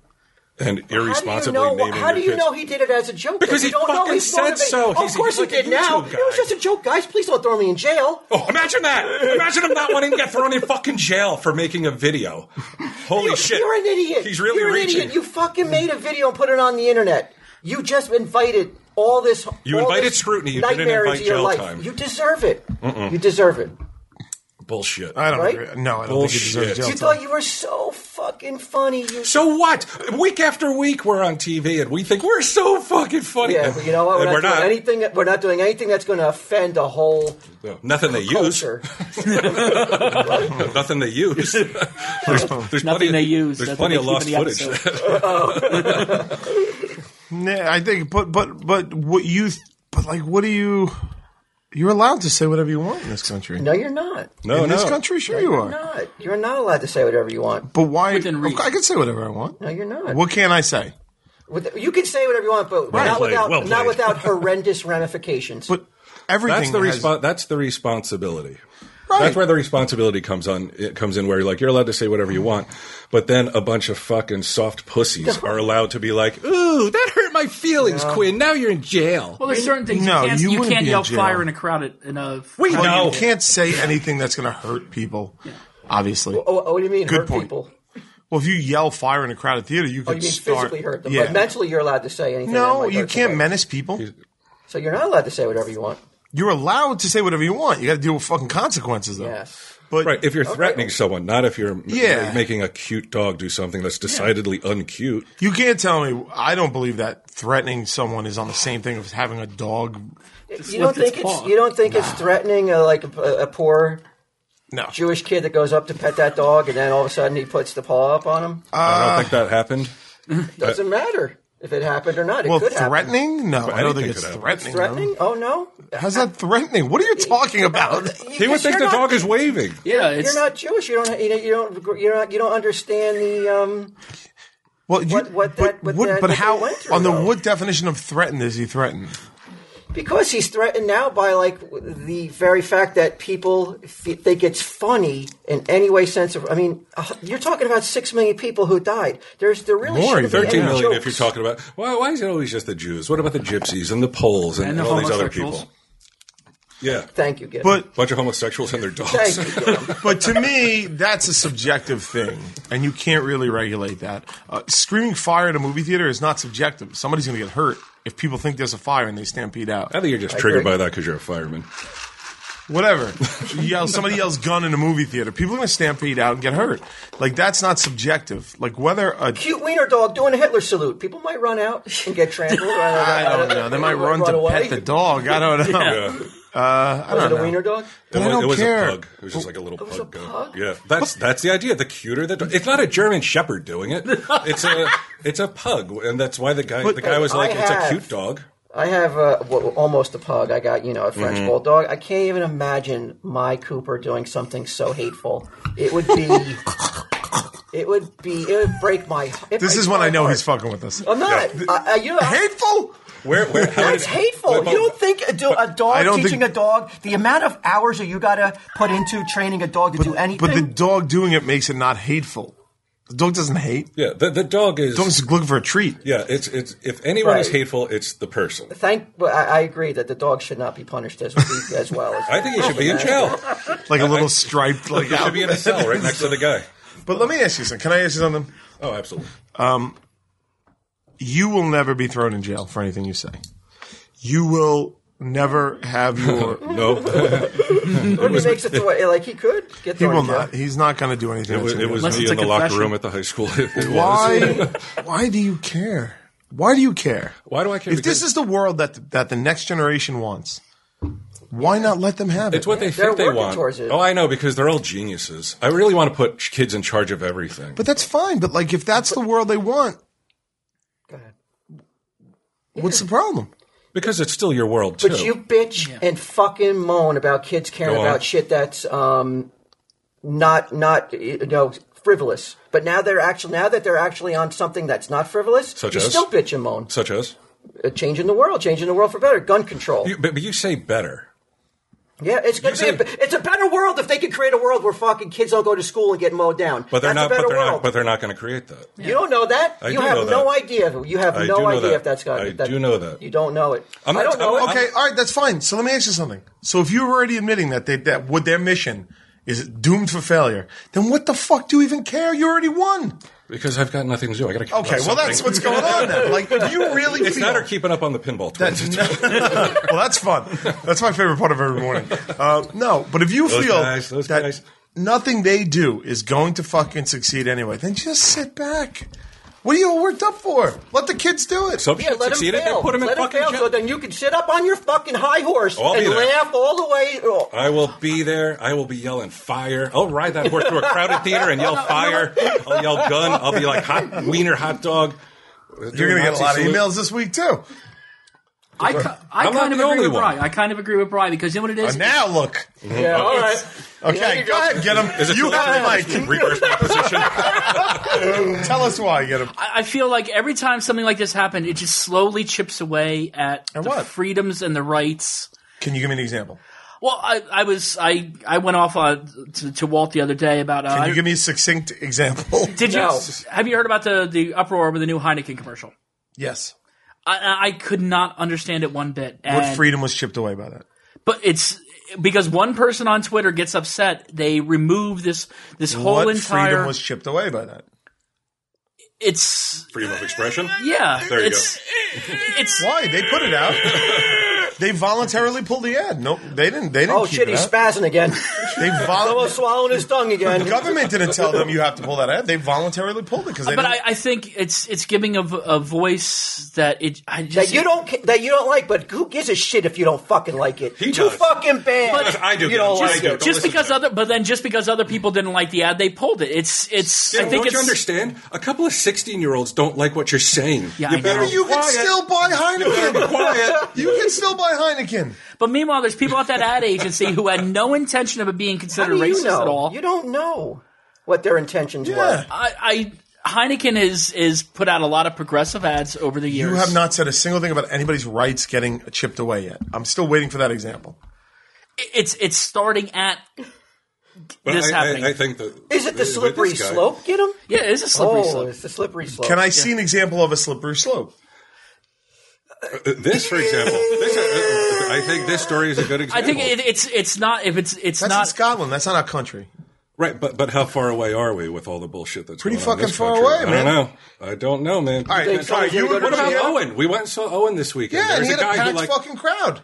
[SPEAKER 1] and irresponsibly
[SPEAKER 3] how do you know,
[SPEAKER 1] naming
[SPEAKER 3] how do
[SPEAKER 1] your
[SPEAKER 3] you
[SPEAKER 1] kids.
[SPEAKER 3] know he did it as a joke?
[SPEAKER 1] Because
[SPEAKER 3] You
[SPEAKER 1] he
[SPEAKER 3] don't know
[SPEAKER 1] fucking
[SPEAKER 3] he's
[SPEAKER 1] said
[SPEAKER 3] motivated-
[SPEAKER 1] so.
[SPEAKER 3] Oh,
[SPEAKER 1] He's-
[SPEAKER 3] of course
[SPEAKER 1] he's
[SPEAKER 3] he
[SPEAKER 1] like a
[SPEAKER 3] did. Now
[SPEAKER 1] YouTube
[SPEAKER 3] it was
[SPEAKER 1] guy.
[SPEAKER 3] just a joke, guys. Please don't throw me in jail.
[SPEAKER 1] Oh, imagine that! Imagine him not wanting to get thrown in fucking jail for making a video. Holy
[SPEAKER 3] You're-
[SPEAKER 1] shit!
[SPEAKER 3] You're an idiot.
[SPEAKER 1] He's really
[SPEAKER 3] You're an
[SPEAKER 1] reaching.
[SPEAKER 3] idiot. You fucking made a video and put it on the internet. You just invited all this.
[SPEAKER 1] You
[SPEAKER 3] all
[SPEAKER 1] invited
[SPEAKER 3] this
[SPEAKER 1] scrutiny. You didn't
[SPEAKER 3] nightmare
[SPEAKER 1] invite
[SPEAKER 3] into your
[SPEAKER 1] jail
[SPEAKER 3] life.
[SPEAKER 1] time.
[SPEAKER 3] You deserve it. You deserve it.
[SPEAKER 1] bullshit.
[SPEAKER 2] I don't
[SPEAKER 3] Right?
[SPEAKER 2] agree. No, I don't think
[SPEAKER 1] Bullshit.
[SPEAKER 2] he
[SPEAKER 1] You
[SPEAKER 3] You
[SPEAKER 2] deserves jail
[SPEAKER 3] thought
[SPEAKER 2] time.
[SPEAKER 3] you were so fucking funny. You
[SPEAKER 1] So what? Week after week, we're on TV and we think we're so fucking funny.
[SPEAKER 3] yeah, but you know what? We're
[SPEAKER 1] And
[SPEAKER 3] not,
[SPEAKER 1] we're
[SPEAKER 3] doing
[SPEAKER 1] not.
[SPEAKER 3] anything. We're not doing anything that's going to offend a whole
[SPEAKER 1] No, nothing they use.
[SPEAKER 3] culture.
[SPEAKER 1] nothing they use. there's, there's plenty,
[SPEAKER 4] Nothing they use.
[SPEAKER 1] There's
[SPEAKER 4] That's
[SPEAKER 1] plenty
[SPEAKER 4] what
[SPEAKER 1] of
[SPEAKER 4] they
[SPEAKER 1] lost
[SPEAKER 4] keep in the
[SPEAKER 1] footage.
[SPEAKER 2] Nah, I think, but but but what you, but like, what do you? You're allowed to say whatever you want in this country.
[SPEAKER 3] No, you're not.
[SPEAKER 1] no,
[SPEAKER 2] in
[SPEAKER 1] no.
[SPEAKER 2] this country, sure you are.
[SPEAKER 3] You're not. You're not allowed to say whatever you want.
[SPEAKER 2] But why?
[SPEAKER 4] Within
[SPEAKER 2] of
[SPEAKER 4] reason.
[SPEAKER 2] course, I can say whatever I want.
[SPEAKER 3] No, you're not.
[SPEAKER 2] What can I say?
[SPEAKER 3] With- You can say whatever you want, but not
[SPEAKER 1] played,
[SPEAKER 3] without
[SPEAKER 1] well
[SPEAKER 3] not
[SPEAKER 1] played.
[SPEAKER 3] without horrendous ramifications.
[SPEAKER 2] But everything.
[SPEAKER 1] That's the
[SPEAKER 2] has-
[SPEAKER 1] respo- That's the responsibility.
[SPEAKER 2] Right.
[SPEAKER 1] That's where the responsibility comes on. It comes in where you're like, you're allowed to say whatever you want, but then a bunch of fucking soft pussies are allowed to be like, ooh, that hurt my feelings, Quinn. Now you're in jail.
[SPEAKER 4] Well, there's certain things
[SPEAKER 2] No,
[SPEAKER 4] you can't,
[SPEAKER 2] you
[SPEAKER 4] you
[SPEAKER 2] wouldn't
[SPEAKER 4] can't
[SPEAKER 2] be in
[SPEAKER 4] yell
[SPEAKER 2] jail.
[SPEAKER 4] fire in a crowded in a.
[SPEAKER 1] Wait,
[SPEAKER 4] crowded
[SPEAKER 1] no.
[SPEAKER 2] You
[SPEAKER 4] area.
[SPEAKER 2] can't say anything that's going to hurt people. Obviously. Well,
[SPEAKER 3] oh, oh, what do you mean
[SPEAKER 2] Good
[SPEAKER 3] hurt
[SPEAKER 2] point.
[SPEAKER 3] people?
[SPEAKER 2] if you yell fire in a crowded theater, you
[SPEAKER 3] Oh,
[SPEAKER 2] could
[SPEAKER 3] you mean
[SPEAKER 2] start.
[SPEAKER 3] physically hurt them,
[SPEAKER 2] yeah.
[SPEAKER 3] but mentally you're allowed to say anything. that
[SPEAKER 2] no,
[SPEAKER 3] might
[SPEAKER 2] you
[SPEAKER 3] hurt
[SPEAKER 2] can't
[SPEAKER 3] somebody.
[SPEAKER 2] menace people.
[SPEAKER 3] So you're not allowed to say whatever you want.
[SPEAKER 2] You're allowed to say whatever you want. You got to deal with fucking consequences, though.
[SPEAKER 3] Yes.
[SPEAKER 2] But
[SPEAKER 1] Right, if you're threatening someone, not if you're m-
[SPEAKER 2] Yeah.
[SPEAKER 1] making a cute dog do something that's decidedly uncute.
[SPEAKER 2] you can't tell me. I don't believe that threatening someone is on the same thing as having a dog.
[SPEAKER 3] You don't
[SPEAKER 4] lift its
[SPEAKER 3] think it's
[SPEAKER 4] paw.
[SPEAKER 3] you don't think it's threatening uh, like a, a poor
[SPEAKER 2] No.
[SPEAKER 3] Jewish kid that goes up to pet that dog and then all of a sudden he puts the paw up on him.
[SPEAKER 2] Uh,
[SPEAKER 1] I don't think that happened.
[SPEAKER 3] Doesn't matter if it happened or not. It
[SPEAKER 2] Well,
[SPEAKER 3] could happen.
[SPEAKER 2] threatening? No, I don't think
[SPEAKER 1] anything
[SPEAKER 2] it's
[SPEAKER 1] could happen.
[SPEAKER 2] threatening.
[SPEAKER 3] Threatening? Oh no.
[SPEAKER 2] though. How's that threatening? What are you talking about?
[SPEAKER 1] He would think the
[SPEAKER 3] You're not-
[SPEAKER 1] dog is waving.
[SPEAKER 4] Yeah, it's
[SPEAKER 3] You're not Jewish. You don't. You don't. You don't. You don't, you don't understand the. Um,
[SPEAKER 2] Well, you,
[SPEAKER 3] What-
[SPEAKER 2] but,
[SPEAKER 3] what that- what
[SPEAKER 2] what-
[SPEAKER 3] that-
[SPEAKER 2] but
[SPEAKER 3] what they
[SPEAKER 2] how
[SPEAKER 3] went through,
[SPEAKER 2] on the
[SPEAKER 3] though.
[SPEAKER 2] what definition of threatened is he threatened?
[SPEAKER 3] because he's threatened now by like the very fact that people fe- think it's funny in any way sense of. I mean, uh, you're talking about six million people who died. There's there really
[SPEAKER 2] More,
[SPEAKER 3] shouldn't be
[SPEAKER 1] 13
[SPEAKER 3] any
[SPEAKER 1] million if
[SPEAKER 3] jokes.
[SPEAKER 1] you're talking about. Why, why is it always just the Jews? What about the gypsies and the Poles and,
[SPEAKER 4] And the
[SPEAKER 1] all these other
[SPEAKER 4] homosexuals.
[SPEAKER 1] people? Yeah.
[SPEAKER 3] Thank you, Gil.
[SPEAKER 2] But
[SPEAKER 1] bunch of homosexuals and their
[SPEAKER 3] thank
[SPEAKER 1] dogs.
[SPEAKER 3] you. Gil.
[SPEAKER 2] but to me, that's a subjective thing, and you can't really regulate that. Uh, screaming fire in a movie theater is not subjective. Somebody's going to get hurt if people think there's a fire and they stampede out.
[SPEAKER 1] I think you're just triggered
[SPEAKER 3] agree.
[SPEAKER 1] by that because you're a fireman.
[SPEAKER 2] Whatever. You yell, somebody yells gun in a movie theater. People are going to stampede out and get hurt. Like, that's not subjective. Like, whether a.
[SPEAKER 3] Cute wiener dog doing a Hitler salute. People might run out and get trampled. Or,
[SPEAKER 2] I don't know. They might run to
[SPEAKER 3] away.
[SPEAKER 2] pet the dog. I don't know.
[SPEAKER 1] Yeah.
[SPEAKER 3] Was it a wiener dog?
[SPEAKER 2] I
[SPEAKER 1] It was-
[SPEAKER 2] don't
[SPEAKER 1] it was
[SPEAKER 2] care.
[SPEAKER 1] a pug. It was just like a little
[SPEAKER 3] was
[SPEAKER 1] pug.
[SPEAKER 3] a
[SPEAKER 1] goat.
[SPEAKER 3] pug?
[SPEAKER 1] Yeah, that's that's the idea. The cuter the dog. It's not a German Shepherd doing it. It's a it's a pug, and that's why the guy the guy was
[SPEAKER 3] I
[SPEAKER 1] like, "It's a
[SPEAKER 3] have-
[SPEAKER 1] cute dog."
[SPEAKER 3] I have a, well, almost a pug. I got, you know, a French
[SPEAKER 1] Mm-hmm.
[SPEAKER 3] bulldog. I can't even imagine my Cooper doing something so hateful. It would be, it would be, it would break my it
[SPEAKER 2] This
[SPEAKER 3] breaks
[SPEAKER 2] is when
[SPEAKER 3] my
[SPEAKER 2] I know
[SPEAKER 3] heart.
[SPEAKER 2] he's fucking with us.
[SPEAKER 3] I'm not. I, I, you know, I-
[SPEAKER 2] Hateful?
[SPEAKER 1] Where where how
[SPEAKER 3] that's
[SPEAKER 1] did-
[SPEAKER 3] hateful.
[SPEAKER 1] wait, but-
[SPEAKER 3] you don't think a, do, a
[SPEAKER 2] I
[SPEAKER 3] dog
[SPEAKER 2] don't
[SPEAKER 3] teaching
[SPEAKER 2] think-
[SPEAKER 3] a dog the amount of hours that you got to put into training a dog to do anything?
[SPEAKER 2] But the dog doing it makes it not hateful. The dog doesn't hate.
[SPEAKER 1] yeah, the, the dog is.
[SPEAKER 2] The dog's looking for a treat.
[SPEAKER 1] yeah, it's it's if anyone is
[SPEAKER 3] Right.
[SPEAKER 1] hateful, it's the person.
[SPEAKER 3] Thank. But I, I agree that the dog should not be punished as we- as well. As
[SPEAKER 1] I think he should be in jail.
[SPEAKER 2] Like a little striped, like
[SPEAKER 1] He should be in a cell right next to the guy.
[SPEAKER 2] But let me ask you something. Can I ask you something?
[SPEAKER 1] Oh, absolutely.
[SPEAKER 2] You will never be thrown in jail for anything you say. You will never have your.
[SPEAKER 1] No,
[SPEAKER 3] What if he makes it to what- like he could get.
[SPEAKER 2] he
[SPEAKER 3] thrown
[SPEAKER 2] will
[SPEAKER 3] in jail?
[SPEAKER 2] not. He's not going to do anything.
[SPEAKER 1] it was,
[SPEAKER 2] that's
[SPEAKER 1] it was
[SPEAKER 2] gonna
[SPEAKER 4] Unless
[SPEAKER 1] me
[SPEAKER 4] it's
[SPEAKER 1] in
[SPEAKER 4] a
[SPEAKER 1] the locker
[SPEAKER 4] confession.
[SPEAKER 1] room at the high school. It was.
[SPEAKER 2] get- Why? why do you care? Why do you care?
[SPEAKER 1] Why do I care?
[SPEAKER 2] If this
[SPEAKER 1] Because-
[SPEAKER 2] is the world that that the next generation wants, why not let them have it?
[SPEAKER 1] It's what they
[SPEAKER 3] They're
[SPEAKER 1] think they
[SPEAKER 3] working
[SPEAKER 1] want.
[SPEAKER 3] towards it.
[SPEAKER 1] Oh, I know because they're all geniuses. I really want to put ch- kids in charge of everything.
[SPEAKER 2] But that's fine. But like, if that's the world they want,
[SPEAKER 3] Go ahead.
[SPEAKER 2] what's the problem?
[SPEAKER 1] because it's still your world too.
[SPEAKER 3] But you bitch and fucking moan about kids caring
[SPEAKER 1] Go on.
[SPEAKER 3] about shit that's um, not not you know frivolous. But now they're actually now that they're actually on something that's not frivolous,
[SPEAKER 1] Such
[SPEAKER 3] you
[SPEAKER 1] as?
[SPEAKER 3] still bitch and moan.
[SPEAKER 1] Such as
[SPEAKER 3] Uh, changing the world, changing the world for better. Gun control.
[SPEAKER 1] you, but, but you say better.
[SPEAKER 3] yeah, it's gonna
[SPEAKER 1] say-
[SPEAKER 3] be a, it's a better world if they can create a world where fucking kids don't go to school and get mowed down.
[SPEAKER 1] But they're not.
[SPEAKER 3] that's A better
[SPEAKER 1] But they're
[SPEAKER 3] world.
[SPEAKER 1] not. But they're not going to create that.
[SPEAKER 3] you don't know that.
[SPEAKER 1] I
[SPEAKER 3] you
[SPEAKER 1] do know
[SPEAKER 3] have no
[SPEAKER 1] that.
[SPEAKER 3] idea. You have
[SPEAKER 1] I
[SPEAKER 3] no
[SPEAKER 1] do know
[SPEAKER 3] idea
[SPEAKER 1] that.
[SPEAKER 3] if that's got.
[SPEAKER 1] I
[SPEAKER 3] that,
[SPEAKER 1] do know that.
[SPEAKER 3] You don't know it.
[SPEAKER 1] I'm
[SPEAKER 3] I
[SPEAKER 1] not-
[SPEAKER 3] don't know
[SPEAKER 1] I'm-
[SPEAKER 3] it.
[SPEAKER 2] Okay, all right, that's fine. So let me ask you something. So if you're already admitting that they, that what their mission is doomed for failure, then what the fuck do you even care? You already won.
[SPEAKER 1] Because I've got nothing to do. I got to.
[SPEAKER 2] Okay, well that's what's going on now. Like, do you really
[SPEAKER 1] It's
[SPEAKER 2] feel
[SPEAKER 1] not her keeping up on the pinball
[SPEAKER 2] That's
[SPEAKER 1] tournament.
[SPEAKER 2] well, that's fun. That's my favorite part of every morning. Uh, no, but if you
[SPEAKER 1] Those
[SPEAKER 2] feel
[SPEAKER 1] guys, those
[SPEAKER 2] that
[SPEAKER 1] guys.
[SPEAKER 2] nothing they do is going to fucking succeed anyway, then just sit back. What are you all worked up for? Let the kids do it.
[SPEAKER 1] Some
[SPEAKER 3] Yeah,
[SPEAKER 1] shit
[SPEAKER 3] let him
[SPEAKER 1] succeeded.
[SPEAKER 3] fail.
[SPEAKER 1] They put him in
[SPEAKER 3] let him
[SPEAKER 1] fucking
[SPEAKER 3] fail, so
[SPEAKER 1] jail. Oh,
[SPEAKER 3] then you can sit up on your fucking high horse
[SPEAKER 1] I'll be
[SPEAKER 3] and
[SPEAKER 1] there.
[SPEAKER 3] laugh all the way. oh,
[SPEAKER 1] I will be there. I will be yelling fire. I'll ride that horse through a crowded theater and yell fire. I'll yell gun. I'll be like hot wiener hot dog.
[SPEAKER 2] You're going to get a lot of emails this week too.
[SPEAKER 4] I, ki- I
[SPEAKER 1] I'm not
[SPEAKER 4] kind of
[SPEAKER 1] the
[SPEAKER 4] agree
[SPEAKER 1] only
[SPEAKER 4] with
[SPEAKER 1] one.
[SPEAKER 4] Bry. I kind of agree with Bry because you know what it is.
[SPEAKER 2] And now look.
[SPEAKER 3] Yeah, all right. Oh, There
[SPEAKER 2] Okay,
[SPEAKER 3] you
[SPEAKER 2] go ahead, get
[SPEAKER 1] Is
[SPEAKER 2] him.
[SPEAKER 1] it
[SPEAKER 2] You
[SPEAKER 1] too late
[SPEAKER 2] have
[SPEAKER 1] for me
[SPEAKER 2] the
[SPEAKER 1] to reverse my position?
[SPEAKER 2] mic. Tell us why. Get him.
[SPEAKER 4] I I feel like every time something like this happened, it just slowly chips away at
[SPEAKER 2] At
[SPEAKER 4] the
[SPEAKER 2] what?
[SPEAKER 4] freedoms and the rights.
[SPEAKER 2] Can you give me an example?
[SPEAKER 4] Well, I, I was I, I went off on to, to Walt the other day about. Uh,
[SPEAKER 2] Can you give me a succinct example?
[SPEAKER 4] did you
[SPEAKER 3] No.
[SPEAKER 4] have you heard about the the uproar with the new Heineken commercial?
[SPEAKER 2] Yes.
[SPEAKER 4] I- I, I could not understand it one bit. And,
[SPEAKER 2] What freedom was chipped away by that?
[SPEAKER 4] But it's because one person on Twitter gets upset, they remove this this whole
[SPEAKER 2] What
[SPEAKER 4] entire.
[SPEAKER 2] freedom was chipped away by that?
[SPEAKER 4] it's
[SPEAKER 1] Freedom of expression.
[SPEAKER 4] yeah.
[SPEAKER 1] There you
[SPEAKER 4] it's, It's
[SPEAKER 2] Why? They put it out. they voluntarily pulled the ad. Nope, they didn't. They didn't.
[SPEAKER 3] Oh
[SPEAKER 2] keep
[SPEAKER 3] shit,
[SPEAKER 2] it
[SPEAKER 3] he's
[SPEAKER 2] out.
[SPEAKER 3] spazzing again.
[SPEAKER 2] They
[SPEAKER 3] Someone
[SPEAKER 2] vol-
[SPEAKER 3] swallowing his tongue again.
[SPEAKER 2] The government didn't tell them you have to pull that ad. They voluntarily pulled it because they.
[SPEAKER 4] but
[SPEAKER 2] didn't-
[SPEAKER 4] I, I think it's it's giving a, vo- a voice that it I just
[SPEAKER 3] That you don't ca- that you don't like, but who gives a shit if you don't fucking like it?
[SPEAKER 1] He
[SPEAKER 3] Too
[SPEAKER 1] does.
[SPEAKER 3] fucking bad.
[SPEAKER 1] But- I do,
[SPEAKER 3] You don't
[SPEAKER 1] Gil,
[SPEAKER 3] like
[SPEAKER 1] I do.
[SPEAKER 3] it.
[SPEAKER 1] Don't
[SPEAKER 4] just
[SPEAKER 1] listen
[SPEAKER 4] because
[SPEAKER 1] to
[SPEAKER 4] other but then just because other people didn't like the ad they pulled it it's it's I
[SPEAKER 1] Tim,
[SPEAKER 4] think
[SPEAKER 1] don't you
[SPEAKER 4] it's
[SPEAKER 1] understand? A couple of 16 year olds don't like what you're saying.
[SPEAKER 4] Yeah, I
[SPEAKER 1] you better
[SPEAKER 4] know.
[SPEAKER 1] be
[SPEAKER 2] you can
[SPEAKER 1] quiet.
[SPEAKER 2] still buy Heineken.
[SPEAKER 1] quiet.
[SPEAKER 2] You can still buy Heineken.
[SPEAKER 4] but meanwhile there's people at that ad agency who had no intention of it being
[SPEAKER 3] How
[SPEAKER 4] considered
[SPEAKER 3] do
[SPEAKER 4] racist
[SPEAKER 3] you know?
[SPEAKER 4] at all
[SPEAKER 3] You don't know what their intentions
[SPEAKER 2] Yeah.
[SPEAKER 3] were.
[SPEAKER 4] I, I Heineken is is put out a lot of progressive ads over the years
[SPEAKER 2] You have not said a single thing about anybody's rights getting chipped away yet. I'm still waiting for that example.
[SPEAKER 4] it's it's starting at
[SPEAKER 1] But
[SPEAKER 4] This
[SPEAKER 1] I,
[SPEAKER 4] happening.
[SPEAKER 1] I, I think that
[SPEAKER 3] Is it the
[SPEAKER 1] with
[SPEAKER 3] slippery
[SPEAKER 1] this guy-
[SPEAKER 3] slope? Get him?
[SPEAKER 4] yeah it's a slippery
[SPEAKER 3] Oh,
[SPEAKER 4] slope
[SPEAKER 3] it's the slippery slope.
[SPEAKER 2] Can I see an example of a slippery slope?
[SPEAKER 1] Uh, This, for example, this, uh, uh, I think this story is a good
[SPEAKER 4] I
[SPEAKER 1] example.
[SPEAKER 4] think it, it's it's not if it's it's
[SPEAKER 2] That's in
[SPEAKER 4] not
[SPEAKER 2] Scotland. That's not our country.
[SPEAKER 1] right, but but how far away are we with all the bullshit that's
[SPEAKER 2] Pretty
[SPEAKER 1] going on
[SPEAKER 2] fucking
[SPEAKER 1] in this
[SPEAKER 2] far
[SPEAKER 1] country?
[SPEAKER 2] away,
[SPEAKER 1] I
[SPEAKER 2] man.
[SPEAKER 1] don't know. I don't know, man.
[SPEAKER 2] All right,
[SPEAKER 3] think
[SPEAKER 2] all right,
[SPEAKER 3] somebody's
[SPEAKER 2] you
[SPEAKER 3] gonna
[SPEAKER 2] would-
[SPEAKER 3] go
[SPEAKER 1] What
[SPEAKER 3] to
[SPEAKER 1] about
[SPEAKER 3] Yeah.
[SPEAKER 1] Owen? We went and saw Owen this weekend.
[SPEAKER 2] Yeah, and
[SPEAKER 1] There's
[SPEAKER 2] he
[SPEAKER 1] a
[SPEAKER 2] had a
[SPEAKER 1] guy who
[SPEAKER 2] packed
[SPEAKER 1] like
[SPEAKER 2] fucking crowd.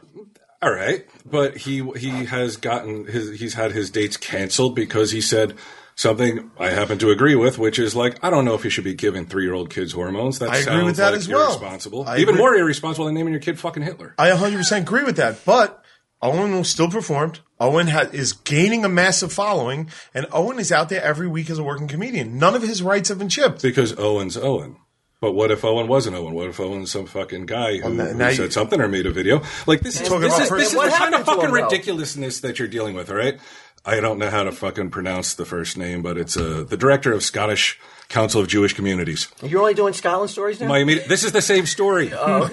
[SPEAKER 1] All right, but he he has gotten his he's had his dates canceled because he said something I happen to agree with, which is like I don't know if you should be giving three year old kids hormones. That
[SPEAKER 2] I agree
[SPEAKER 1] sounds
[SPEAKER 2] with that
[SPEAKER 1] like
[SPEAKER 2] as well.
[SPEAKER 1] irresponsible.
[SPEAKER 2] I
[SPEAKER 1] Even
[SPEAKER 2] agree-
[SPEAKER 1] more irresponsible than naming your kid fucking Hitler.
[SPEAKER 2] I 100% agree with that, but Owen still performed. Owen ha- is gaining a massive following, and Owen is out there every week as a working comedian. None of his rights have been chipped.
[SPEAKER 1] because Owen's Owen. But what if Owen wasn't Owen? What if Owen's some fucking guy who,
[SPEAKER 2] now-
[SPEAKER 1] who
[SPEAKER 2] now you-
[SPEAKER 1] said something or made a video? Like this is
[SPEAKER 2] Talking
[SPEAKER 1] this
[SPEAKER 2] about
[SPEAKER 1] is, this is
[SPEAKER 3] What
[SPEAKER 1] the kind of
[SPEAKER 3] happened to
[SPEAKER 1] fucking
[SPEAKER 3] him, though?
[SPEAKER 1] ridiculousness that you're dealing with. All right, I don't know how to fucking pronounce the first name, but it's uh, the director of Scottish Council of Jewish Communities.
[SPEAKER 3] You're only doing Scotland stories now?
[SPEAKER 1] My immediate, this is the same story.
[SPEAKER 3] Oh.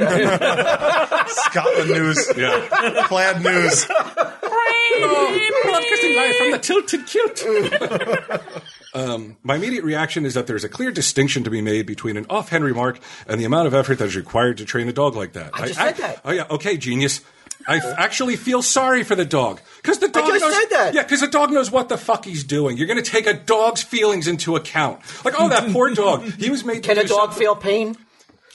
[SPEAKER 2] Scotland news,
[SPEAKER 1] yeah,
[SPEAKER 2] plaid news.
[SPEAKER 3] Oh,
[SPEAKER 1] broadcasting live from the Tilted Kilt. um, my immediate reaction is that there's a clear distinction to be made between an offhand remark and the amount of effort that is required to train a dog like that. I
[SPEAKER 3] just said that.
[SPEAKER 1] Oh yeah, okay, genius. I f- actually feel sorry for the dog because the dog
[SPEAKER 3] just
[SPEAKER 1] knows.
[SPEAKER 3] said that.
[SPEAKER 1] Yeah, because the dog knows what the fuck he's doing. You're going to take a dog's feelings into account. Like, oh, that poor dog. He was made.
[SPEAKER 3] Can
[SPEAKER 1] to
[SPEAKER 3] a
[SPEAKER 1] do
[SPEAKER 3] dog
[SPEAKER 1] something-
[SPEAKER 3] feel pain?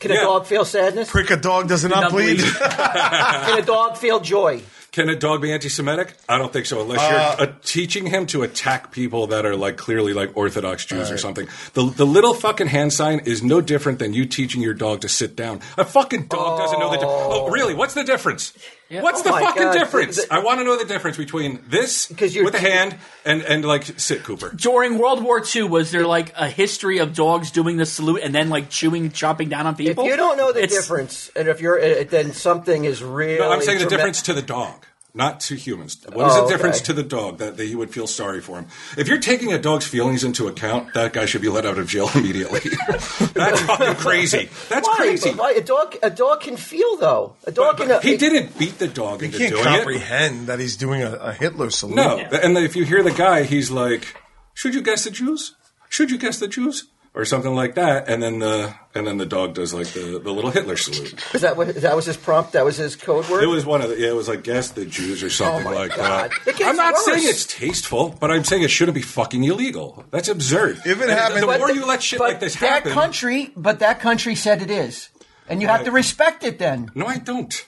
[SPEAKER 3] Can a
[SPEAKER 1] Yeah.
[SPEAKER 3] dog feel sadness?
[SPEAKER 2] Prick a dog does not bleed.
[SPEAKER 3] Can a dog feel joy?
[SPEAKER 1] Can a dog be anti-Semitic? I don't think so, unless you're uh, teaching him to attack people that are like clearly like Orthodox Jews or something. The the little fucking hand sign is no different than you teaching your dog to sit down. A fucking dog doesn't know the. Di- oh, really? What's the difference? What's the
[SPEAKER 3] Oh my
[SPEAKER 1] fucking
[SPEAKER 3] God.
[SPEAKER 1] difference?
[SPEAKER 3] The- the-
[SPEAKER 1] I want to know the difference between this
[SPEAKER 3] 'Cause you're
[SPEAKER 1] with the
[SPEAKER 3] te-
[SPEAKER 1] hand and and like sit Cooper.
[SPEAKER 4] during World War II, was there like a history of dogs doing the salute and then like chewing, chopping down on
[SPEAKER 3] If
[SPEAKER 4] people?
[SPEAKER 3] you don't know the
[SPEAKER 4] It's-
[SPEAKER 3] difference, and if you're, uh, then something is really.
[SPEAKER 1] No, I'm saying the
[SPEAKER 3] traumatic.
[SPEAKER 1] difference to the dog, not to humans. What is
[SPEAKER 3] Oh,
[SPEAKER 1] the difference
[SPEAKER 3] okay.
[SPEAKER 1] to the dog that, that you would feel sorry for him? If you're taking a dog's feelings into account, that guy should be let out of jail immediately. That's fucking crazy. That's
[SPEAKER 3] Why?
[SPEAKER 1] crazy.
[SPEAKER 3] Why? A dog, a dog can feel though. A dog can. uh,
[SPEAKER 1] He didn't beat the dog
[SPEAKER 2] He
[SPEAKER 1] into
[SPEAKER 2] can't
[SPEAKER 1] doing it.
[SPEAKER 2] comprehend that he's doing a, a Hitler salute.
[SPEAKER 1] No, and if you hear the guy, he's like, "Should you guess the Jews? Should you guess the Jews?" or something like that, and then the and then the dog does like the, the little Hitler salute.
[SPEAKER 3] Is that what that was his prompt? That was his code word.
[SPEAKER 1] It was one of the yeah, it was like guess the Jews or something
[SPEAKER 3] Oh, my
[SPEAKER 1] like
[SPEAKER 3] God. It
[SPEAKER 1] that.
[SPEAKER 3] gets
[SPEAKER 1] I'm not
[SPEAKER 3] worse.
[SPEAKER 1] saying it's tasteful, but I'm saying it shouldn't be fucking illegal. That's absurd.
[SPEAKER 2] If it
[SPEAKER 1] And the-
[SPEAKER 2] happened-
[SPEAKER 1] the
[SPEAKER 2] But
[SPEAKER 1] more you let shit
[SPEAKER 5] but
[SPEAKER 1] like this
[SPEAKER 5] that
[SPEAKER 1] happen,
[SPEAKER 5] country, but that country said it is, and you have to respect it. Then
[SPEAKER 1] no, I don't.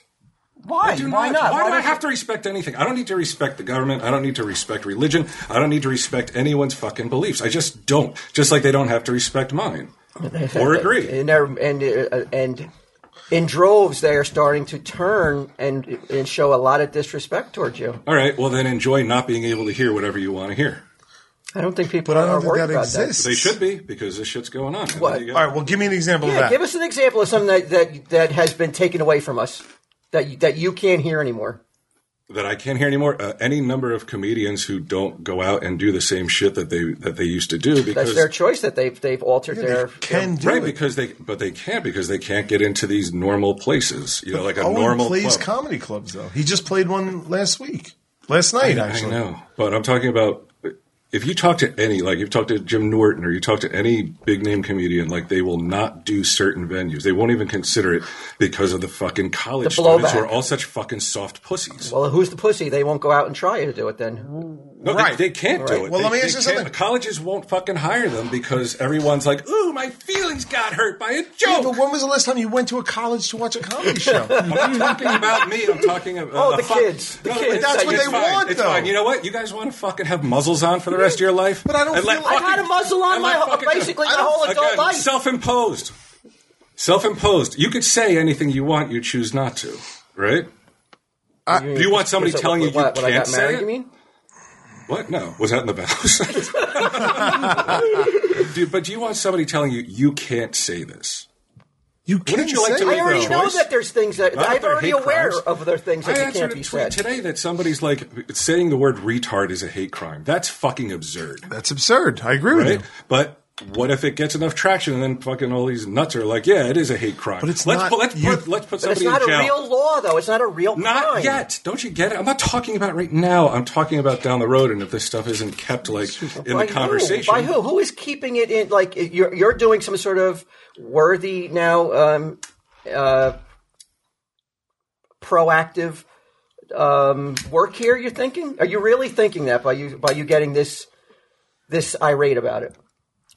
[SPEAKER 5] why?
[SPEAKER 1] I do
[SPEAKER 5] why not?
[SPEAKER 1] Why, do I
[SPEAKER 5] don't-
[SPEAKER 1] have to respect anything? I don't need to respect the government. I don't need to respect religion. I don't need to respect anyone's fucking beliefs. I just don't. Just like they don't have to respect mine or agree.
[SPEAKER 3] And they're, and uh, and in droves they are starting to turn and and show a lot of disrespect towards you.
[SPEAKER 1] All right. Well, then enjoy not being able to hear whatever you want to hear.
[SPEAKER 3] I don't think people
[SPEAKER 6] But I
[SPEAKER 3] are
[SPEAKER 6] don't think
[SPEAKER 3] worried
[SPEAKER 6] that
[SPEAKER 3] about
[SPEAKER 6] exists.
[SPEAKER 1] They should be because this shit's going on.
[SPEAKER 3] What?
[SPEAKER 1] And then you
[SPEAKER 2] All
[SPEAKER 1] got-
[SPEAKER 2] right, well, give me an example
[SPEAKER 3] that.
[SPEAKER 2] of
[SPEAKER 3] Yeah,
[SPEAKER 2] that.
[SPEAKER 3] give us an example of something that that, that has been taken away from us that you, that you can't hear anymore.
[SPEAKER 1] that I can't hear anymore. Uh, any number of comedians who don't go out and do the same shit that they that they used to do
[SPEAKER 3] That's
[SPEAKER 1] because
[SPEAKER 3] their choice that they've they've altered their.
[SPEAKER 2] Can do
[SPEAKER 1] right
[SPEAKER 2] it.
[SPEAKER 1] because they but they can't because they can't get into these normal places. You know, like a
[SPEAKER 2] Owen
[SPEAKER 1] normal
[SPEAKER 2] plays
[SPEAKER 1] club.
[SPEAKER 2] comedy clubs though. He just played one last week, last night actually.
[SPEAKER 1] I know, but I'm talking about if you talk to any, like you've talked to Jim Norton or you talk to any big name comedian, like they will not do certain venues. They won't even consider it because of the fucking college
[SPEAKER 3] The
[SPEAKER 1] students who
[SPEAKER 3] blowback.
[SPEAKER 1] are all such fucking soft pussies.
[SPEAKER 3] Well, who's the pussy? They won't go out and try to do it then.
[SPEAKER 1] no,
[SPEAKER 2] right.
[SPEAKER 1] they, they can't do it.
[SPEAKER 2] Well,
[SPEAKER 1] They-
[SPEAKER 2] let me
[SPEAKER 1] they
[SPEAKER 2] ask you
[SPEAKER 1] can't-
[SPEAKER 2] something.
[SPEAKER 1] Colleges won't fucking hire them because everyone's like, "Ooh, my feelings got hurt by a
[SPEAKER 2] Yeah,
[SPEAKER 1] joke."
[SPEAKER 2] but when was the last time you went to a college to watch a comedy show?
[SPEAKER 1] I'm not talking about me. I'm talking uh, about
[SPEAKER 3] Oh, the kids. The kids.
[SPEAKER 1] it's-
[SPEAKER 3] That's what
[SPEAKER 1] it's
[SPEAKER 2] they
[SPEAKER 1] fine.
[SPEAKER 2] want,
[SPEAKER 1] It's
[SPEAKER 2] though.
[SPEAKER 1] fine. You know what? You guys want to fucking have muzzles on for the rest of your life?
[SPEAKER 2] But I don't
[SPEAKER 1] And let
[SPEAKER 2] feel like-
[SPEAKER 1] fucking-
[SPEAKER 3] I had a muzzle on
[SPEAKER 1] and
[SPEAKER 3] my
[SPEAKER 1] let
[SPEAKER 3] whole-
[SPEAKER 1] fucking-
[SPEAKER 3] basically my
[SPEAKER 1] I don't-
[SPEAKER 3] whole adult
[SPEAKER 1] again,
[SPEAKER 3] life.
[SPEAKER 1] Self-imposed. Self-imposed. You could say anything you want. You choose not to. Right? Do you want somebody
[SPEAKER 3] What-
[SPEAKER 1] telling you you
[SPEAKER 3] what, when I
[SPEAKER 1] can't
[SPEAKER 3] got
[SPEAKER 1] say
[SPEAKER 3] married,
[SPEAKER 1] it?
[SPEAKER 3] you mean?
[SPEAKER 1] What? No. Was that in the vows? do, but do you want somebody telling you you can't say this?
[SPEAKER 2] You can't
[SPEAKER 1] did you like
[SPEAKER 2] say
[SPEAKER 1] to
[SPEAKER 2] it,
[SPEAKER 1] make
[SPEAKER 3] I already
[SPEAKER 1] Choice.
[SPEAKER 2] though.
[SPEAKER 3] know that there's things that
[SPEAKER 1] Not
[SPEAKER 3] I'm
[SPEAKER 1] if they're
[SPEAKER 3] already
[SPEAKER 1] hate
[SPEAKER 3] aware
[SPEAKER 1] crimes.
[SPEAKER 3] of. There things that
[SPEAKER 1] I
[SPEAKER 3] you can't
[SPEAKER 1] answered a
[SPEAKER 3] be
[SPEAKER 1] tweet
[SPEAKER 3] said.
[SPEAKER 1] today that somebody's like saying the word retard is a hate crime. That's fucking absurd,
[SPEAKER 2] That's absurd. I agree with
[SPEAKER 1] right?
[SPEAKER 2] you.
[SPEAKER 1] But what if it gets enough traction and then fucking all these nuts are like, yeah, it is a hate crime.
[SPEAKER 2] But it's
[SPEAKER 1] let's
[SPEAKER 2] not-
[SPEAKER 1] put, let's
[SPEAKER 2] you-
[SPEAKER 1] put let's put
[SPEAKER 3] But it's
[SPEAKER 1] somebody
[SPEAKER 3] not
[SPEAKER 1] in
[SPEAKER 3] a
[SPEAKER 1] jail.
[SPEAKER 3] real law, though. It's not a real
[SPEAKER 1] not
[SPEAKER 3] crime.
[SPEAKER 1] yet. Don't you get it? I'm not talking about right now. I'm talking about down the road and if this stuff isn't kept like in
[SPEAKER 3] By
[SPEAKER 1] the conversation.
[SPEAKER 3] Who? By who? Who is keeping it in? Like you're you're doing some sort of worthy now, um, uh, proactive um, work here. You're thinking? Are you really thinking that by you by you getting this this irate about it?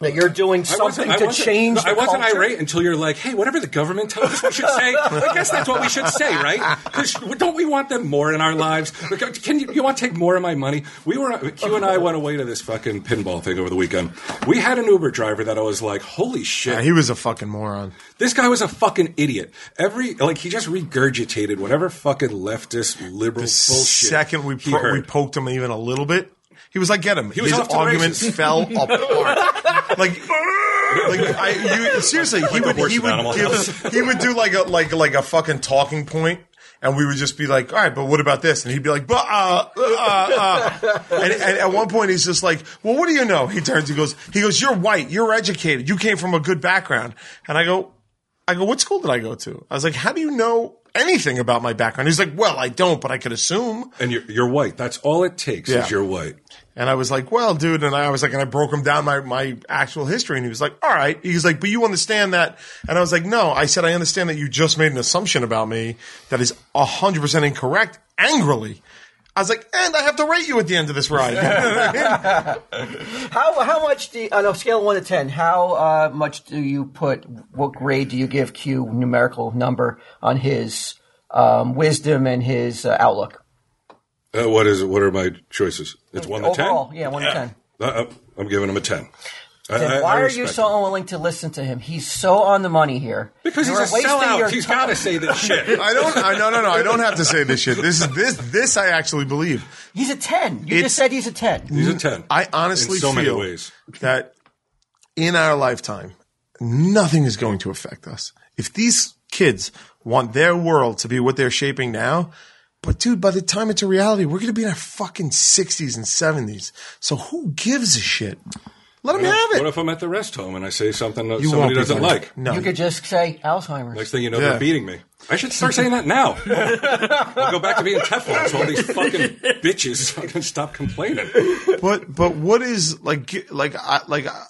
[SPEAKER 3] That you're
[SPEAKER 1] I
[SPEAKER 3] doing
[SPEAKER 1] wasn't-
[SPEAKER 3] something
[SPEAKER 1] I
[SPEAKER 3] to
[SPEAKER 1] wasn't-
[SPEAKER 3] change.
[SPEAKER 1] no,
[SPEAKER 3] the
[SPEAKER 1] I wasn't
[SPEAKER 3] culture?
[SPEAKER 1] irate until you're like, hey, whatever the government tells us we should say, I guess that's what we should say, right? 'Cause don't we want them more in our lives? Because- Can you, you want to take more of my money? We were Q and I went away to this fucking pinball thing over the weekend. We had an Uber driver that I was like, holy shit,
[SPEAKER 2] Yeah, he was a fucking moron.
[SPEAKER 1] this guy was a fucking idiot. Every like he just regurgitated whatever fucking leftist liberal bullshit.
[SPEAKER 2] Second, we
[SPEAKER 1] he
[SPEAKER 2] pro- we
[SPEAKER 1] heard.
[SPEAKER 2] poked him even a little bit. He was like, "Get him."
[SPEAKER 1] was
[SPEAKER 2] His
[SPEAKER 1] off to the
[SPEAKER 2] argument
[SPEAKER 1] races.
[SPEAKER 2] fell apart. like, like I, you, seriously, he
[SPEAKER 1] a
[SPEAKER 2] would
[SPEAKER 1] horse
[SPEAKER 2] he
[SPEAKER 1] in Animal
[SPEAKER 2] would
[SPEAKER 1] House.
[SPEAKER 2] give, he would do like a like like a fucking talking point, and we would just be like, "All right, but what about this?" And he'd be like, "But uh, uh, uh." And, and at one point, he's just like, "Well, what do you know?" He turns, he goes, "He goes, you're white, you're educated, you came from a good background," and I go. I go, what school did I go to? I was like, how do you know anything about my background? He's like, well, I don't, but I could assume.
[SPEAKER 1] and you're, you're white. That's all it takes
[SPEAKER 2] Yeah.
[SPEAKER 1] is you're white.
[SPEAKER 2] And I was like, well, dude. And I was like, and I broke him down my, my actual history. And he was like, all right. He's like, but you understand that. And I was like, no, I said, I understand that you just made an assumption about me that is 100% incorrect angrily. I was like, and I have to rate you at the end of this ride.
[SPEAKER 3] How how much do you, on a scale of one to ten? How uh, much do you put? What grade do you give Q numerical number on his um, wisdom and his uh, outlook?
[SPEAKER 1] Uh, what is it? What are my choices? It's one to ten.
[SPEAKER 3] Overall, yeah, one to ten.
[SPEAKER 1] Uh, uh, I'm giving him a ten. I-
[SPEAKER 3] Then
[SPEAKER 1] I-
[SPEAKER 3] why
[SPEAKER 1] I
[SPEAKER 3] are you
[SPEAKER 1] respect
[SPEAKER 3] so
[SPEAKER 1] him.
[SPEAKER 3] unwilling to listen to him? He's so on the money here.
[SPEAKER 1] Because he's
[SPEAKER 3] You're
[SPEAKER 1] a
[SPEAKER 3] wasting your
[SPEAKER 1] sellout. He's
[SPEAKER 3] time.
[SPEAKER 1] got to say this shit.
[SPEAKER 2] I don't, I, no, no, no. I don't have to say this shit. This is, this, this I actually believe.
[SPEAKER 3] He's a ten. You
[SPEAKER 2] It's-
[SPEAKER 3] just said he's a ten.
[SPEAKER 1] He's a ten.
[SPEAKER 2] I honestly
[SPEAKER 1] in so
[SPEAKER 2] feel
[SPEAKER 1] many ways.
[SPEAKER 2] that in our lifetime, nothing is going to affect us. If these kids want their world to be what they're shaping now, but dude, by the time it's a reality, we're going to be in our fucking 60s and 70s. So who gives a shit? Let them have
[SPEAKER 1] What
[SPEAKER 2] it.
[SPEAKER 1] if I'm at the rest home and I say something that
[SPEAKER 2] You won't
[SPEAKER 1] somebody
[SPEAKER 2] be
[SPEAKER 1] doesn't
[SPEAKER 2] funny.
[SPEAKER 1] like?
[SPEAKER 2] No.
[SPEAKER 3] You could just say Alzheimer's.
[SPEAKER 1] Next thing you know,
[SPEAKER 2] Yeah.
[SPEAKER 1] they're beating me. I should start saying that now. I'll go back to being Teflon so all these fucking bitches fucking stop complaining.
[SPEAKER 2] but but what is like gi- like I like I-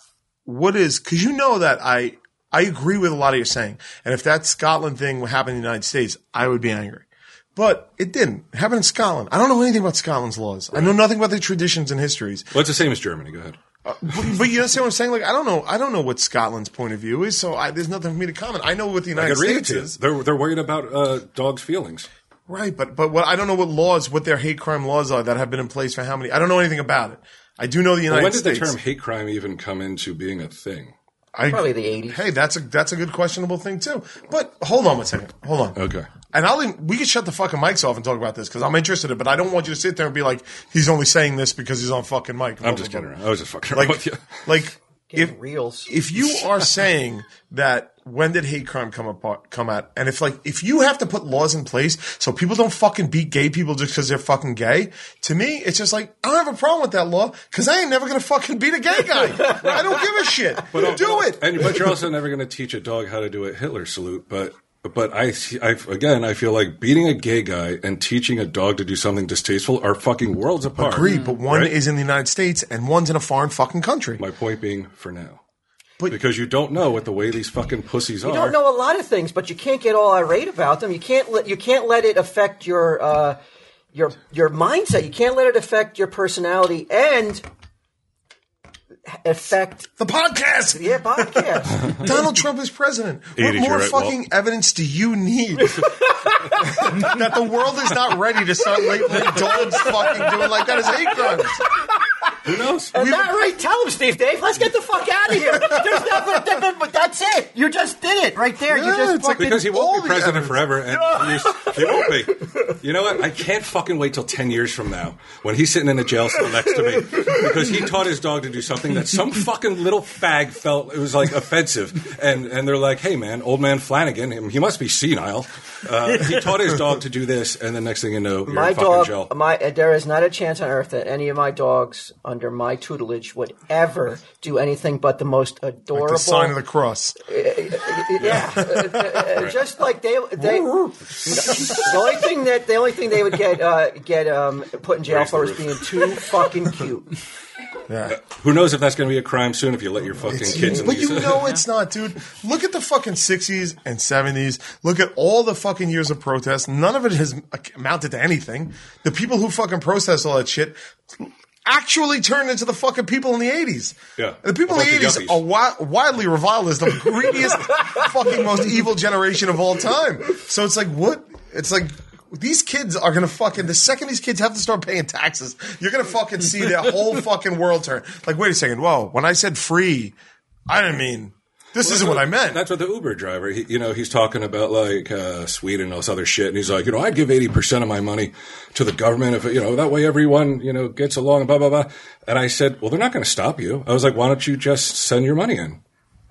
[SPEAKER 2] what is because you know that I I agree with a lot of your saying, and if that Scotland thing happened in the United States, I would be angry. But it didn't. It happened in Scotland. I don't know anything about Scotland's laws. I know nothing about their traditions and histories.
[SPEAKER 1] Well, it's the same as Germany. Go ahead.
[SPEAKER 2] But, but you understand what I'm saying? Like I don't know. I don't know what Scotland's point of view is. So I, there's nothing for me to comment. I know what the
[SPEAKER 1] I
[SPEAKER 2] United
[SPEAKER 1] could read it
[SPEAKER 2] States
[SPEAKER 1] to you.
[SPEAKER 2] is.
[SPEAKER 1] They're, they're worried about uh, dogs' feelings.
[SPEAKER 2] Right, but but what I don't know what laws, what their hate crime laws are that have been in place for how many. I don't know anything about it. I do know the United
[SPEAKER 1] when did
[SPEAKER 2] States.
[SPEAKER 1] the term hate crime even come into being a thing?
[SPEAKER 2] I-
[SPEAKER 3] Probably the 80s.
[SPEAKER 2] Hey, that's a that's a good questionable thing too. But hold on one second. Hold on.
[SPEAKER 1] Okay.
[SPEAKER 2] And I'll even- we can shut the fucking mics off and talk about this because I'm interested in it. But I don't want you to sit there and be like, he's only saying this because he's on fucking mic.
[SPEAKER 1] I'm just kidding around. I was just fucking around
[SPEAKER 2] Like,
[SPEAKER 1] with you.
[SPEAKER 2] like if
[SPEAKER 3] Getting reels.
[SPEAKER 2] if you are saying that when did hate crime come apart come out and if like if you have to put laws in place so people don't fucking beat gay people just because they're fucking gay to me it's just like i don't have a problem with that law because i ain't never gonna fucking beat a gay guy i don't give a shit do it
[SPEAKER 1] And but uh, you're also never going to teach a dog how to do a Hitler salute. But but I, I again I feel like beating a gay guy and teaching a dog to do something distasteful are fucking worlds apart.
[SPEAKER 2] agree but one
[SPEAKER 1] Mm-hmm. Right?
[SPEAKER 2] is in the united states and one's in a foreign fucking country
[SPEAKER 1] My point being, for now, because you don't know what the way these fucking pussies
[SPEAKER 3] You
[SPEAKER 1] are.
[SPEAKER 3] don't know a lot of things, but you can't get all irate about them. You can't let you can't let it affect your uh, your your mindset. You can't let it affect your personality and affect
[SPEAKER 2] the podcast
[SPEAKER 3] yeah podcast.
[SPEAKER 2] Donald Trump is president. What
[SPEAKER 1] 80s,
[SPEAKER 2] more
[SPEAKER 1] you're right,
[SPEAKER 2] fucking
[SPEAKER 1] Walt.
[SPEAKER 2] evidence do you need that the world is not ready to start labeling dogs fucking doing like that as hate crimes?
[SPEAKER 1] Who knows?
[SPEAKER 3] Is that right? Tell them, Steve Dave. Let's get the fuck out of here. There's nothing, but, but that's it. You just did it right there. you
[SPEAKER 2] Yeah,
[SPEAKER 3] just
[SPEAKER 2] it's like
[SPEAKER 3] fucking
[SPEAKER 1] Because he
[SPEAKER 2] all
[SPEAKER 1] won't
[SPEAKER 2] the
[SPEAKER 1] be president
[SPEAKER 2] evidence.
[SPEAKER 1] forever, and he- he won't be. You know what? I can't fucking wait till ten years from now when he's sitting in a jail cell next to me because he taught his dog to do something that some fucking little fag felt it was like offensive, and and they're like, "Hey, man, old man Flanagan, him- he must be senile. Uh, he taught his dog to do this, and the next thing you know, you're
[SPEAKER 3] my
[SPEAKER 1] in fucking
[SPEAKER 3] dog,
[SPEAKER 1] jail."
[SPEAKER 3] my uh, there is not a chance on earth that any of my dogs under my tutelage would ever do anything but the most adorable.
[SPEAKER 2] The sign of the cross.
[SPEAKER 3] yeah, Uh, uh, uh, just like they, they the only thing that the only thing they would get uh, get um, put in jail
[SPEAKER 1] Raise the
[SPEAKER 3] for is
[SPEAKER 1] roof.
[SPEAKER 3] being too fucking cute.
[SPEAKER 2] Yeah.
[SPEAKER 1] Who knows if that's going to be a crime soon if you let your fucking kids. in
[SPEAKER 2] But
[SPEAKER 1] these-
[SPEAKER 2] you know it's not, dude. Look at the fucking 60s and 70s. Look at all the fucking years of protest. None of it has amounted to anything. The people who fucking protest all that shit actually turned into the fucking people in the 80s.
[SPEAKER 1] Yeah.
[SPEAKER 2] The people in
[SPEAKER 1] A
[SPEAKER 2] the
[SPEAKER 1] bunch of
[SPEAKER 2] 80s
[SPEAKER 1] yuppies.
[SPEAKER 2] are wi- widely reviled as the greediest, fucking most evil generation of all time. So it's like, what? It's like. These kids are gonna fucking the second these kids have to start paying taxes, you're gonna fucking see their whole fucking world turn. Like, wait a second, whoa! When I said free, I didn't mean this isn't what I meant.
[SPEAKER 1] That's what the Uber driver, he, you know, he's talking about like uh, Sweden and all this other shit, and he's like, you know, I'd give eighty percent of my money to the government if you know that way everyone you know gets along, blah blah blah. And I said, well, they're not going to stop you. I was like, why don't you just send your money in?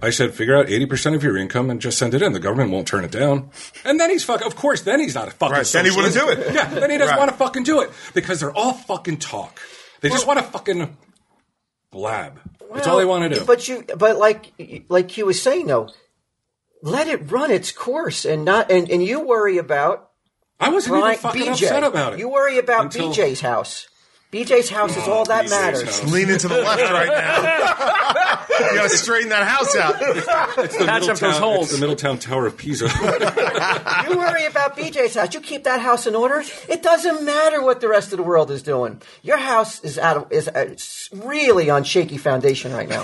[SPEAKER 1] I said, figure out eighty percent of your income and just send it in. The government won't turn it down. And then he's fuck. Of course, then he's not a fucking.
[SPEAKER 2] Right, then he wouldn't
[SPEAKER 1] socialist.
[SPEAKER 2] do it.
[SPEAKER 1] Yeah, then he doesn't
[SPEAKER 2] Right.
[SPEAKER 1] want to fucking do it because they're all fucking talk. They just want to fucking blab. That's all they want to do.
[SPEAKER 3] But you, but like like you was saying though, let it run its course and not and, and you worry about
[SPEAKER 1] I wasn't even
[SPEAKER 3] Right,
[SPEAKER 1] fucking
[SPEAKER 3] BJ.
[SPEAKER 1] upset about it.
[SPEAKER 3] You worry about
[SPEAKER 1] Until- Oh,
[SPEAKER 3] BJ's house. BJ's house is all that
[SPEAKER 1] BJ's
[SPEAKER 3] matters.
[SPEAKER 1] house.
[SPEAKER 2] Leaning to the left right now. you gotta straighten that house out.
[SPEAKER 4] Patch up those
[SPEAKER 1] Middletown-
[SPEAKER 4] holes.
[SPEAKER 1] It's the Middletown Tower of Pisa.
[SPEAKER 3] You worry about BJ's house. You keep that house in order. It doesn't matter what the rest of the world is doing. Your house is out of, is uh, s- really on shaky foundation right now.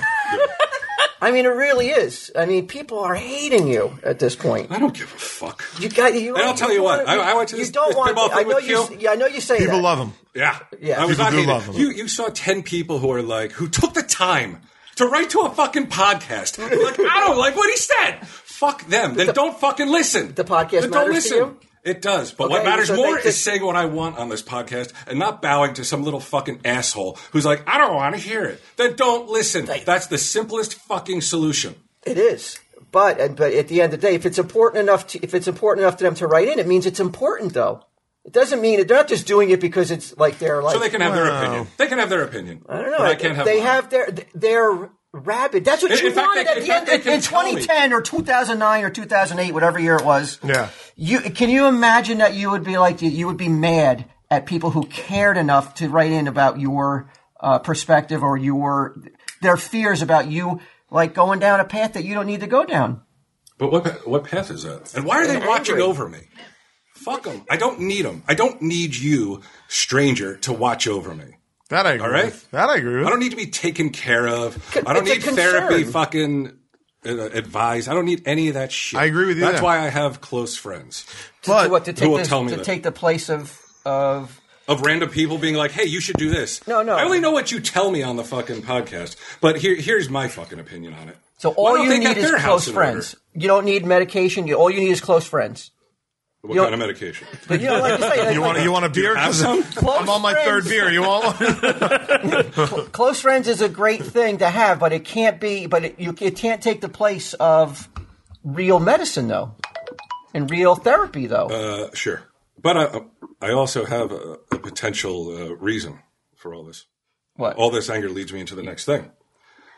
[SPEAKER 3] I mean, it really is. I mean, people are hating you at this point.
[SPEAKER 1] I don't give a fuck.
[SPEAKER 3] You got. You,
[SPEAKER 1] And I'll tell you what,
[SPEAKER 3] wanna be-
[SPEAKER 1] I- I went to
[SPEAKER 3] you
[SPEAKER 1] this-
[SPEAKER 3] don't
[SPEAKER 1] this
[SPEAKER 3] want.
[SPEAKER 1] pinball
[SPEAKER 3] I
[SPEAKER 1] thing
[SPEAKER 3] know
[SPEAKER 1] with
[SPEAKER 3] you.
[SPEAKER 1] Q.
[SPEAKER 3] Yeah, I know you say
[SPEAKER 2] People
[SPEAKER 3] that.
[SPEAKER 2] love him.
[SPEAKER 1] Yeah,
[SPEAKER 3] Yeah.
[SPEAKER 1] I was
[SPEAKER 2] People
[SPEAKER 1] not
[SPEAKER 2] do
[SPEAKER 1] hating.
[SPEAKER 2] love them.
[SPEAKER 1] You you saw ten people who are like who took the time to write to a fucking podcast. like I don't like what he said. Fuck them. Then don't fucking listen.
[SPEAKER 3] the podcast
[SPEAKER 1] Then
[SPEAKER 3] matters to you?
[SPEAKER 1] It does, but what
[SPEAKER 3] Okay,
[SPEAKER 1] matters
[SPEAKER 3] so
[SPEAKER 1] more
[SPEAKER 3] make this-
[SPEAKER 1] is saying what I want on this podcast and not bowing to some little fucking asshole who's like, I don't want to hear it. Then don't listen. That's the simplest fucking solution.
[SPEAKER 3] It is. But uh, but at the end of the day, if it's important enough to if it's important enough to them to write in, it means it's important though. It doesn't mean they're not just doing it because it's like they're like
[SPEAKER 1] So they can have their opinion. They can have their opinion.
[SPEAKER 3] I don't know.
[SPEAKER 1] But I can't have
[SPEAKER 3] they
[SPEAKER 1] mine.
[SPEAKER 3] have their their rabid. That's what
[SPEAKER 1] In-
[SPEAKER 3] you
[SPEAKER 1] in fact,
[SPEAKER 3] wanted
[SPEAKER 1] they-
[SPEAKER 3] at
[SPEAKER 1] in
[SPEAKER 3] the
[SPEAKER 1] fact,
[SPEAKER 3] end
[SPEAKER 1] they can
[SPEAKER 3] in
[SPEAKER 1] tell me.
[SPEAKER 3] 2010 or 2009 or 2008, whatever year it was.
[SPEAKER 2] Yeah.
[SPEAKER 3] You can you imagine that you would be like you would be mad at people who cared enough to write in about your uh, perspective or your their fears about you like going down a path that you don't need to go down.
[SPEAKER 1] But what pa- what path is that? And why are they watching over me? Fuck them. I don't need them. I don't need you, stranger, to watch over me.
[SPEAKER 2] That I agree.
[SPEAKER 1] All right.
[SPEAKER 2] With. That I agree. With.
[SPEAKER 1] I don't need to be taken care of. I don't
[SPEAKER 3] it's a
[SPEAKER 1] need therapy
[SPEAKER 3] concern.
[SPEAKER 1] fucking uh, advised. I don't need any of that shit.
[SPEAKER 2] I agree with you
[SPEAKER 1] That's
[SPEAKER 2] there.
[SPEAKER 1] why I have close friends
[SPEAKER 3] to what
[SPEAKER 2] but
[SPEAKER 3] to take
[SPEAKER 1] will
[SPEAKER 3] the,
[SPEAKER 1] tell me
[SPEAKER 3] to
[SPEAKER 1] that?
[SPEAKER 3] take the place of of
[SPEAKER 1] of random people being like, "Hey, you should do this."
[SPEAKER 3] No, no.
[SPEAKER 1] I only know what you tell me on the fucking podcast. But here, here's my fucking opinion on it.
[SPEAKER 3] so
[SPEAKER 1] Why
[SPEAKER 3] all
[SPEAKER 1] don't
[SPEAKER 3] you
[SPEAKER 1] they get
[SPEAKER 3] need is
[SPEAKER 1] their house
[SPEAKER 3] close
[SPEAKER 1] in order?
[SPEAKER 3] friends. You don't need medication. You, all you need is close friends.
[SPEAKER 1] What
[SPEAKER 3] You
[SPEAKER 1] kind of
[SPEAKER 3] don't-
[SPEAKER 1] medication?
[SPEAKER 3] But you know, like you say, like,
[SPEAKER 2] you want you want a beer? 'Cause
[SPEAKER 1] Have some?
[SPEAKER 2] I'm on my third
[SPEAKER 3] friends.
[SPEAKER 2] beer. You want one?
[SPEAKER 3] close friends is a great thing to have, but it can't be. But it, you it can't take the place of real medicine though, and real therapy though.
[SPEAKER 1] Uh, sure. But I, I also have a, a potential uh, reason for all this.
[SPEAKER 3] what?
[SPEAKER 1] all this anger leads me into the next thing,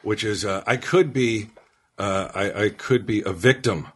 [SPEAKER 1] which is uh, I could be uh, I, I could be a victim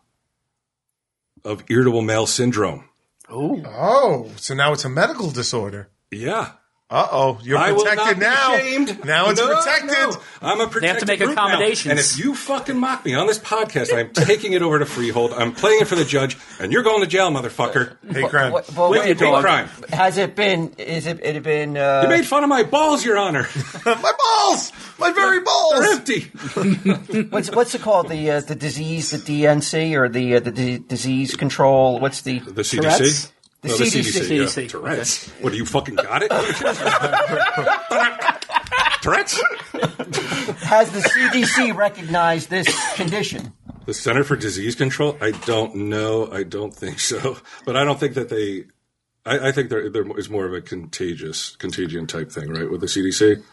[SPEAKER 1] of irritable male syndrome.
[SPEAKER 2] Oh, so now it's a medical disorder.
[SPEAKER 1] Yeah.
[SPEAKER 2] Uh oh, you're
[SPEAKER 1] I will not
[SPEAKER 2] protected now.
[SPEAKER 1] be ashamed.
[SPEAKER 2] Now it's
[SPEAKER 1] No,
[SPEAKER 2] protected.
[SPEAKER 1] no. I'm a protected
[SPEAKER 4] have to make
[SPEAKER 1] group now.
[SPEAKER 4] accommodations.
[SPEAKER 1] And if you fucking mock me on this podcast, I'm taking it over to Freehold. I'm playing it for the judge, and you're going to jail, motherfucker.
[SPEAKER 2] Hey, crime.
[SPEAKER 3] What- well,
[SPEAKER 4] Wait,
[SPEAKER 3] wait,
[SPEAKER 4] you
[SPEAKER 1] Big
[SPEAKER 4] dog.
[SPEAKER 1] crime.
[SPEAKER 3] has it been? Is it? It had been.
[SPEAKER 1] You
[SPEAKER 3] Uh,
[SPEAKER 1] made fun of my balls, Your Honor.
[SPEAKER 2] my balls, my very
[SPEAKER 1] They're
[SPEAKER 2] balls.
[SPEAKER 1] empty.
[SPEAKER 3] what's what's it called? The uh, the disease, the DNC, or the uh, the d- disease control? What's the
[SPEAKER 1] The CDC?
[SPEAKER 3] Tourette's? The
[SPEAKER 1] No,
[SPEAKER 3] CDC.
[SPEAKER 1] yeah.
[SPEAKER 4] CDC.
[SPEAKER 1] Tourette's. What, do you fucking got it? Tourette's?
[SPEAKER 3] Has the CDC recognized this condition?
[SPEAKER 1] The Center for Disease Control? I don't know. I don't think so. But I don't think that they. I, I think there, there is more of a contagious contagion type thing, right? With the CDC.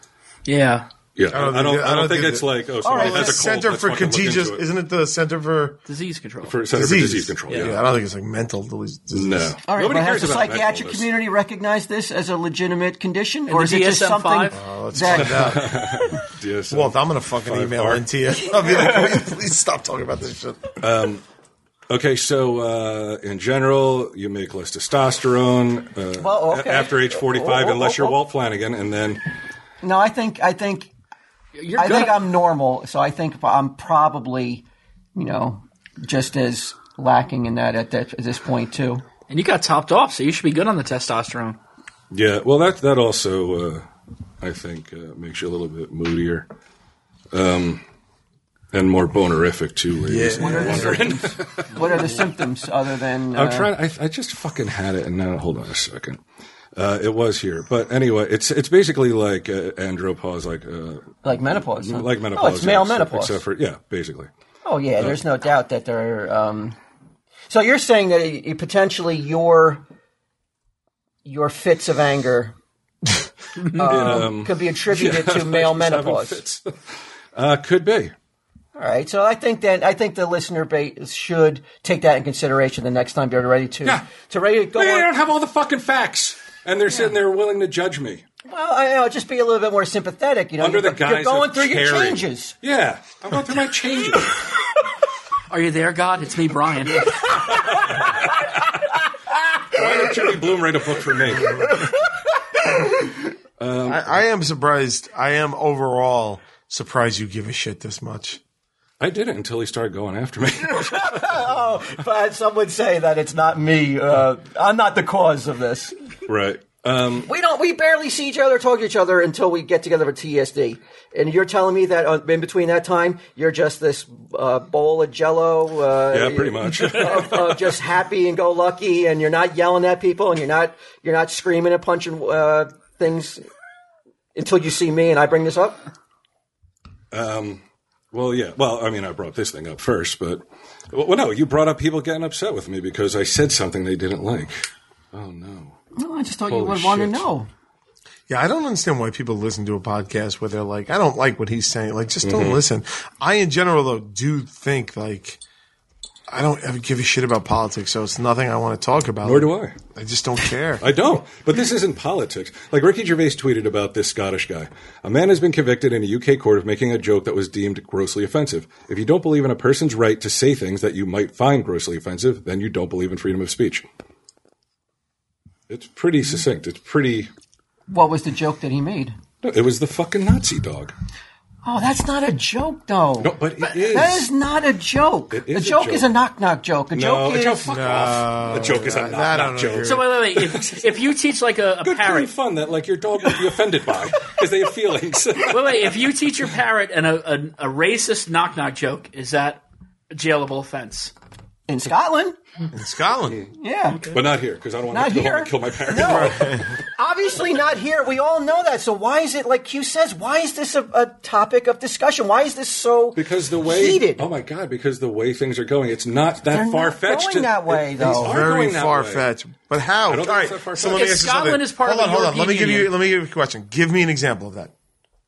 [SPEAKER 4] Yeah.
[SPEAKER 1] Yeah, I don't. I don't,
[SPEAKER 2] think- I don't
[SPEAKER 1] think,
[SPEAKER 2] think
[SPEAKER 1] it's
[SPEAKER 2] it-
[SPEAKER 1] like oh, somebody
[SPEAKER 2] The
[SPEAKER 1] has a cold.
[SPEAKER 2] Center
[SPEAKER 1] let's
[SPEAKER 2] for
[SPEAKER 1] fucking look
[SPEAKER 2] Contagious,
[SPEAKER 1] into it.
[SPEAKER 2] isn't it the Center for
[SPEAKER 4] Disease control.
[SPEAKER 1] for Center
[SPEAKER 2] Disease?
[SPEAKER 1] for Disease Control? Yeah.
[SPEAKER 2] Yeah, I don't think it's like mental dis- disease.
[SPEAKER 1] No.
[SPEAKER 3] All right,
[SPEAKER 1] Nobody
[SPEAKER 3] but
[SPEAKER 1] cares
[SPEAKER 3] has the
[SPEAKER 1] about mental
[SPEAKER 3] psychiatric
[SPEAKER 1] illness.
[SPEAKER 3] community recognized this as a legitimate condition,
[SPEAKER 4] And
[SPEAKER 3] or
[SPEAKER 4] the
[SPEAKER 3] is it just something
[SPEAKER 4] DSM-5?
[SPEAKER 2] Oh, Let's
[SPEAKER 3] that?
[SPEAKER 2] find out.
[SPEAKER 1] Yes.
[SPEAKER 2] Walt, I'm gonna fucking
[SPEAKER 1] Five
[SPEAKER 2] email
[SPEAKER 1] bar.
[SPEAKER 2] into you. I'll be like, please, please stop talking about this shit.
[SPEAKER 1] Okay, so uh, in general, you make less testosterone uh,
[SPEAKER 3] Well, okay.
[SPEAKER 1] a- after age 45,
[SPEAKER 3] Oh, oh,
[SPEAKER 1] unless you're
[SPEAKER 3] oh, oh.
[SPEAKER 1] Walt Flanagan, and then
[SPEAKER 3] No, I think I think
[SPEAKER 4] You're
[SPEAKER 3] I
[SPEAKER 4] good.
[SPEAKER 3] think I'm normal, so I think I'm probably, you know, just as lacking in that at, that, at this point too.
[SPEAKER 4] and you got topped off, so you should be good on the testosterone.
[SPEAKER 1] yeah, well that that also uh, I think uh, makes you a little bit moodier, um, and more bonerific too, ladies.
[SPEAKER 2] Yeah.
[SPEAKER 1] I'm wondering.
[SPEAKER 3] What are the symptoms other than?
[SPEAKER 1] I'm
[SPEAKER 3] uh,
[SPEAKER 1] trying. I, I just fucking had it, and now hold on a second. Uh, it was here, but anyway, it's it's basically like uh, andropause, like uh,
[SPEAKER 3] like menopause. huh?
[SPEAKER 1] like menopause.
[SPEAKER 3] Oh, it's male
[SPEAKER 1] except-
[SPEAKER 3] menopause.
[SPEAKER 1] except for yeah, basically.
[SPEAKER 3] oh yeah, there's no doubt that there. Are, um, so you're saying that y- y- potentially your your fits of anger um, could be attributed to male menopause.
[SPEAKER 1] Uh, could be.
[SPEAKER 3] All right, so I think that I think the listener base should take that in consideration the next time they're ready to
[SPEAKER 1] Yeah.
[SPEAKER 3] to ready to go.
[SPEAKER 1] They
[SPEAKER 3] on.
[SPEAKER 1] don't have all the fucking facts, and they're sitting there willing to judge me
[SPEAKER 3] Well, I know, just be a little bit more sympathetic. You know,
[SPEAKER 1] under
[SPEAKER 3] you're,
[SPEAKER 1] the guise
[SPEAKER 3] you're going
[SPEAKER 1] of
[SPEAKER 3] through your
[SPEAKER 1] caring.
[SPEAKER 3] changes.
[SPEAKER 1] Yeah, I'm going through my changes.
[SPEAKER 4] Are you there, God? It's me, Brian.
[SPEAKER 1] Why did Judy Bloom write a book for me? Um,
[SPEAKER 2] I, I am surprised. I am overall surprised you give a shit this much.
[SPEAKER 1] I didn't until he started going after me.
[SPEAKER 3] But some would say that it's not me. Uh, I'm not the cause of this.
[SPEAKER 1] right. Um,
[SPEAKER 3] We don't. We barely see each other, talk to each other until we get together for TSD. And you're telling me that uh, in between that time, you're just this uh, bowl of Jello. Uh,
[SPEAKER 1] yeah, pretty much.
[SPEAKER 3] of, of just happy and go lucky, and you're not yelling at people, and you're not you're not screaming and punching uh, things until you see me and I bring this up.
[SPEAKER 1] Well, yeah. Well, I mean, I brought this thing up first, but well, no, you brought up people getting upset with me because I said something they didn't like. Oh no.
[SPEAKER 3] No, I just thought
[SPEAKER 1] Holy
[SPEAKER 3] you would want to
[SPEAKER 1] shit.
[SPEAKER 3] know.
[SPEAKER 2] Yeah, I don't understand why people listen to a podcast where they're like, I don't like what he's saying. Like, just
[SPEAKER 1] Mm-hmm.
[SPEAKER 2] don't listen. I, in general, though, do think like I don't ever give a shit about politics, so it's nothing I want to talk about.
[SPEAKER 1] Nor do I.
[SPEAKER 2] I just don't care.
[SPEAKER 1] I don't. But this isn't politics. Like Ricky Gervais tweeted about this Scottish guy. A man has been convicted in a UK court of making a joke that was deemed grossly offensive. If you don't believe in a person's right to say things that you might find grossly offensive, then you don't believe in freedom of speech. It's pretty succinct. It's pretty.
[SPEAKER 3] What was the joke that he made?
[SPEAKER 1] No, it was the fucking Nazi dog.
[SPEAKER 3] Oh, that's not a joke, though.
[SPEAKER 1] No, but it is.
[SPEAKER 3] That is not a joke.
[SPEAKER 1] It is
[SPEAKER 3] a,
[SPEAKER 1] a
[SPEAKER 3] joke is a
[SPEAKER 1] joke.
[SPEAKER 3] knock knock joke. A
[SPEAKER 1] No,
[SPEAKER 3] joke
[SPEAKER 1] it's
[SPEAKER 3] is
[SPEAKER 1] a fuck off. The joke is a
[SPEAKER 2] I
[SPEAKER 1] knock
[SPEAKER 2] don't
[SPEAKER 1] knock joke.
[SPEAKER 2] agree.
[SPEAKER 4] So wait, wait, wait. If, if you teach like a, a
[SPEAKER 1] good kind
[SPEAKER 4] parrot,
[SPEAKER 1] of fun that like your dog would be offended by because they have feelings.
[SPEAKER 4] wait, wait. If you teach your parrot an, a, a, a racist knock knock joke, is that a jailable offense?
[SPEAKER 3] in Scotland.
[SPEAKER 2] in Scotland.
[SPEAKER 3] Yeah.
[SPEAKER 1] but not here because I don't want
[SPEAKER 3] Not
[SPEAKER 1] to go home
[SPEAKER 3] here.
[SPEAKER 1] and kill my parents.
[SPEAKER 3] No, obviously not here. We all know that. So why is it like Q says? Why is this a, a topic of discussion? Why is this so
[SPEAKER 1] Because the way
[SPEAKER 3] heated?
[SPEAKER 1] oh my god, because the way things are going, it's not that
[SPEAKER 3] They're not
[SPEAKER 1] far fetched.
[SPEAKER 3] going that way, though.
[SPEAKER 2] Very far fetched. But how?
[SPEAKER 1] I
[SPEAKER 2] All
[SPEAKER 1] don't think
[SPEAKER 2] right.
[SPEAKER 1] it's that far-fetched.
[SPEAKER 2] So let me
[SPEAKER 4] If
[SPEAKER 2] ask you something.
[SPEAKER 4] Scotland is part of
[SPEAKER 2] hold on,
[SPEAKER 4] the
[SPEAKER 2] hold on. Let me
[SPEAKER 4] European
[SPEAKER 2] give you.
[SPEAKER 4] Union.
[SPEAKER 2] Let me give you a question. Give me an example of that.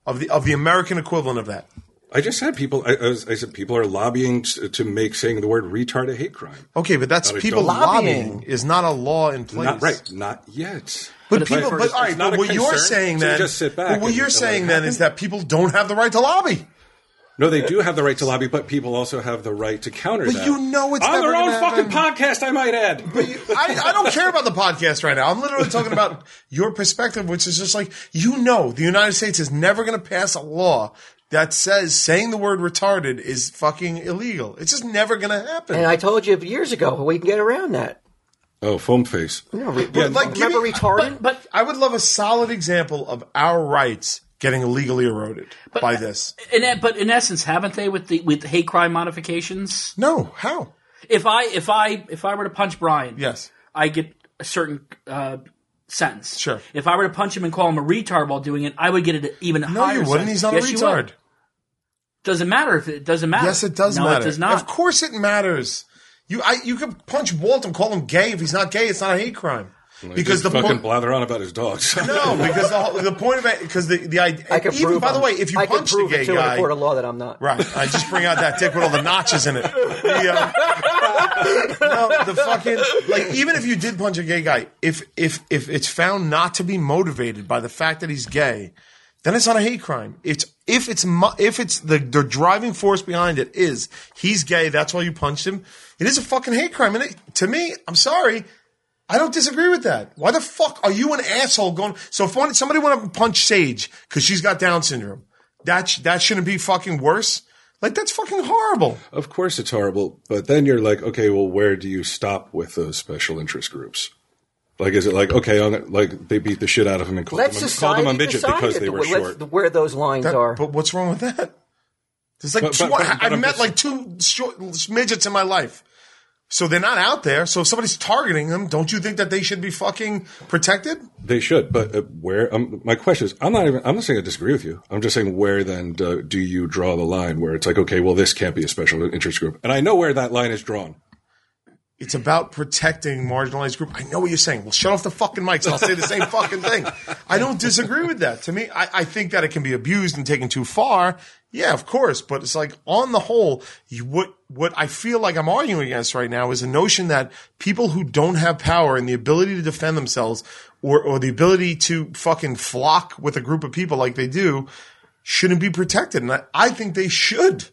[SPEAKER 2] Of the of the American equivalent of that.
[SPEAKER 1] I just said people. I, I was- I said people are lobbying to to make saying the word retard a hate crime.
[SPEAKER 2] Okay, but that's
[SPEAKER 1] Not a
[SPEAKER 2] people
[SPEAKER 1] dog.
[SPEAKER 2] lobbying.
[SPEAKER 3] Lobbying.
[SPEAKER 2] is not a law in place.
[SPEAKER 1] Not right. Not yet.
[SPEAKER 2] But,
[SPEAKER 4] But
[SPEAKER 2] people,
[SPEAKER 4] it's-
[SPEAKER 2] but all right.
[SPEAKER 1] it's not
[SPEAKER 2] But
[SPEAKER 1] a
[SPEAKER 2] what you're
[SPEAKER 1] concern,
[SPEAKER 2] saying
[SPEAKER 1] so you
[SPEAKER 2] then?
[SPEAKER 1] just sit back
[SPEAKER 2] but what
[SPEAKER 1] and-
[SPEAKER 2] you're
[SPEAKER 1] and let
[SPEAKER 2] saying
[SPEAKER 1] it
[SPEAKER 2] then
[SPEAKER 1] happen.
[SPEAKER 2] is that people don't have the right to lobby.
[SPEAKER 1] No, they do have the right to lobby, but people also have the right to counter
[SPEAKER 2] But
[SPEAKER 1] that.
[SPEAKER 2] you know it's
[SPEAKER 1] on
[SPEAKER 2] never
[SPEAKER 1] their own
[SPEAKER 2] gonna
[SPEAKER 1] fucking
[SPEAKER 2] happen.
[SPEAKER 1] podcast. I might add.
[SPEAKER 2] I, I don't care about the podcast right now. I'm literally talking about your perspective, which is just like you know, the United States is never going to pass a law that says saying the word retarded is fucking illegal. It's just never going to happen.
[SPEAKER 3] and I told you years ago we can get around that.
[SPEAKER 1] oh, foam face.
[SPEAKER 3] No, re-
[SPEAKER 2] like, give
[SPEAKER 3] remember
[SPEAKER 2] me-
[SPEAKER 3] retarded?
[SPEAKER 4] But
[SPEAKER 2] I would love a solid example of our rights getting illegally eroded by this.
[SPEAKER 4] in e- but in essence, haven't they with the with hate crime modifications?
[SPEAKER 2] No, how?
[SPEAKER 4] If I if I if I were to punch Brian,
[SPEAKER 2] Yes.
[SPEAKER 4] I get a certain uh, sentence.
[SPEAKER 2] Sure.
[SPEAKER 4] If I were to punch him and call him a retard while doing it, I would get an even
[SPEAKER 2] No,
[SPEAKER 4] higher.
[SPEAKER 2] you wouldn't.
[SPEAKER 4] sentence.
[SPEAKER 2] He's not
[SPEAKER 4] Yes,
[SPEAKER 2] a
[SPEAKER 4] you
[SPEAKER 2] retard.
[SPEAKER 4] would. Doesn't matter if it doesn't matter.
[SPEAKER 2] Yes, it does
[SPEAKER 4] no,
[SPEAKER 2] matter.
[SPEAKER 4] It does not.
[SPEAKER 2] Of course, it matters. You, I, you can punch Walt and call him gay. If he's not gay, it's not a hate crime. because the
[SPEAKER 1] fucking
[SPEAKER 2] point,
[SPEAKER 1] blather on about his dogs.
[SPEAKER 2] no, because the, whole, the point of it, because the the idea.
[SPEAKER 3] I could
[SPEAKER 2] even
[SPEAKER 3] prove
[SPEAKER 2] by the
[SPEAKER 3] I'm-
[SPEAKER 2] way, if you
[SPEAKER 3] I could
[SPEAKER 2] punch the
[SPEAKER 3] prove it
[SPEAKER 2] gay
[SPEAKER 3] too in a
[SPEAKER 2] guy,
[SPEAKER 3] court of law that I'm not.
[SPEAKER 2] right? I just bring out that dick with all the notches in it. The, uh, no, the fucking like. Even if you did punch a gay guy, if if if it's found not to be motivated by the fact that he's gay, then it's not a hate crime. It's if it's mo- if it's the the driving force behind it is he's gay. That's why you punched him. It is a fucking hate crime, and it, to me, I'm sorry. I don't disagree with that. Why the fuck are you an asshole going? So if one, somebody went up and punched Sage because she's got Down syndrome, that sh- that shouldn't be fucking worse. Like that's fucking horrible.
[SPEAKER 1] Of course, it's horrible. But then you're like, okay, well, where do you stop with those special interest groups? Like, is it like, okay, on, like they beat the shit out of him and called,
[SPEAKER 3] Let
[SPEAKER 1] them, a- called
[SPEAKER 3] society
[SPEAKER 1] them a midget
[SPEAKER 3] decide
[SPEAKER 1] because they
[SPEAKER 3] it,
[SPEAKER 1] were
[SPEAKER 3] let's-
[SPEAKER 1] short.
[SPEAKER 3] where those lines
[SPEAKER 2] That-
[SPEAKER 3] are.
[SPEAKER 2] But what's wrong with that? There's like
[SPEAKER 1] But-
[SPEAKER 2] two,
[SPEAKER 1] but- but-
[SPEAKER 2] I-
[SPEAKER 1] but
[SPEAKER 2] I've
[SPEAKER 1] I'm
[SPEAKER 2] met
[SPEAKER 1] just-
[SPEAKER 2] like two short midgets in my life, so they're not out there. So if somebody's targeting them, don't you think that they should be fucking protected?
[SPEAKER 1] They should. But uh, where? Um, my question is, I'm not even. I'm not saying I disagree with you. I'm just saying where then do, do you draw the line where it's like, okay, well, this can't be a special interest group, and I know where that line is drawn.
[SPEAKER 2] It's about protecting marginalized group. I know what you're saying. Well, shut off the fucking mics. I'll say the same fucking thing. I don't disagree with that. To me, I, I think that it can be abused and taken too far. Yeah, of course. But it's like on the whole, you, what, what I feel like I'm arguing against right now is the notion that people who don't have power and the ability to defend themselves or, or the ability to fucking flock with a group of people like they do shouldn't be protected. And I, I think they should.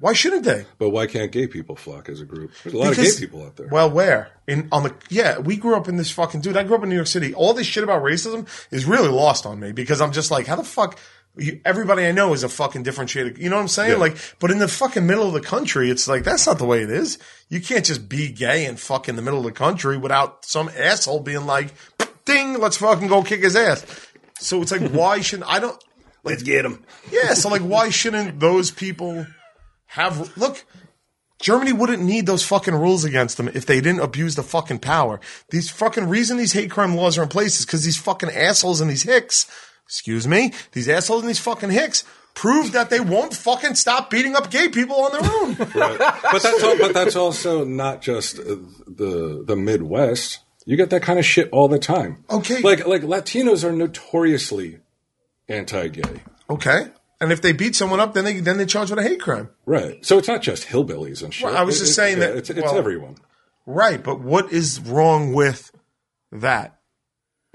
[SPEAKER 2] Why shouldn't they?
[SPEAKER 1] But why can't gay people flock as a group? There's a lot
[SPEAKER 2] Because-
[SPEAKER 1] of gay people out there.
[SPEAKER 2] Well, where in on the yeah, we grew up in this fucking dude. I grew up in New York City. All this shit about racism is really lost on me because I'm just like, how the fuck? You, everybody I know is a fucking different shade. Of, you know what I'm saying?
[SPEAKER 1] Yeah.
[SPEAKER 2] Like, but in the fucking middle of the country, it's like that's not the way it is. You can't just be gay and fuck in the middle of the country without some asshole being like, "Ding, let's fucking go kick his ass." So it's like, why should I don't?
[SPEAKER 1] Let's get them.
[SPEAKER 2] Yeah, so like, why shouldn't those people have look? Germany wouldn't need those fucking rules against them if they didn't abuse the fucking power. These fucking reason these hate crime laws are in place is because these fucking assholes and these hicks, excuse me, these assholes and these fucking hicks prove that they won't fucking stop beating up gay people on their own.
[SPEAKER 1] but that's all, but that's also not just uh, the the Midwest. You get that kind of shit all the time.
[SPEAKER 2] Okay.
[SPEAKER 1] like like Latinos are notoriously anti-gay,
[SPEAKER 2] okay, and if they beat someone up, then they then they charge with a hate crime.
[SPEAKER 1] right? So it's not just hillbillies and shit.
[SPEAKER 2] Well, I was
[SPEAKER 1] It-
[SPEAKER 2] just
[SPEAKER 1] it-
[SPEAKER 2] saying
[SPEAKER 1] yeah,
[SPEAKER 2] that-
[SPEAKER 1] it's, it's
[SPEAKER 2] well-
[SPEAKER 1] everyone.
[SPEAKER 2] Right, but what is wrong with that?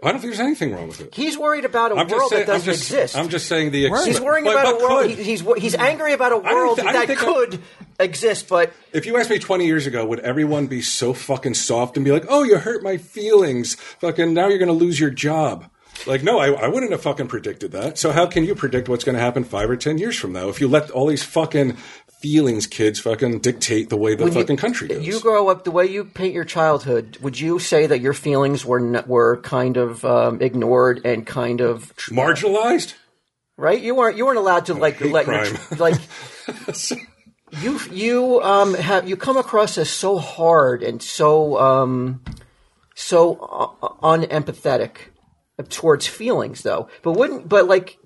[SPEAKER 1] I don't think there's anything wrong with it.
[SPEAKER 3] he's worried about a
[SPEAKER 1] I'm just
[SPEAKER 3] world
[SPEAKER 1] saying.
[SPEAKER 3] that
[SPEAKER 1] I'm
[SPEAKER 3] doesn't
[SPEAKER 1] just,
[SPEAKER 3] exist.
[SPEAKER 1] I'm just saying the.
[SPEAKER 3] he's
[SPEAKER 1] extent-
[SPEAKER 3] worrying
[SPEAKER 1] but-
[SPEAKER 3] about
[SPEAKER 1] but
[SPEAKER 3] a world.
[SPEAKER 1] could.
[SPEAKER 3] he- he's wor- he's angry about a
[SPEAKER 1] don't
[SPEAKER 3] world
[SPEAKER 1] thi- I don't
[SPEAKER 3] that
[SPEAKER 1] think I-
[SPEAKER 3] could exist, but
[SPEAKER 1] If you asked me 20 years ago, would everyone be so fucking soft and be like, "Oh, you hurt my feelings. Fucking now you're going to lose your job." Like, no, I, I wouldn't have fucking predicted that. So how can you predict what's going to happen five or ten years from now if you let all these fucking feelings kids fucking dictate the way the
[SPEAKER 3] When you-
[SPEAKER 1] fucking country goes?
[SPEAKER 3] You grow up the way you paint your childhood. Would you say that your feelings were n were kind of um, ignored and kind of
[SPEAKER 1] Marginalized?
[SPEAKER 3] right? You weren't you weren't allowed to like
[SPEAKER 1] Oh, hate
[SPEAKER 3] let your,
[SPEAKER 1] crime.
[SPEAKER 3] like you you um have you come across as so hard and so um so uh, unempathetic towards feelings though. But wouldn't but like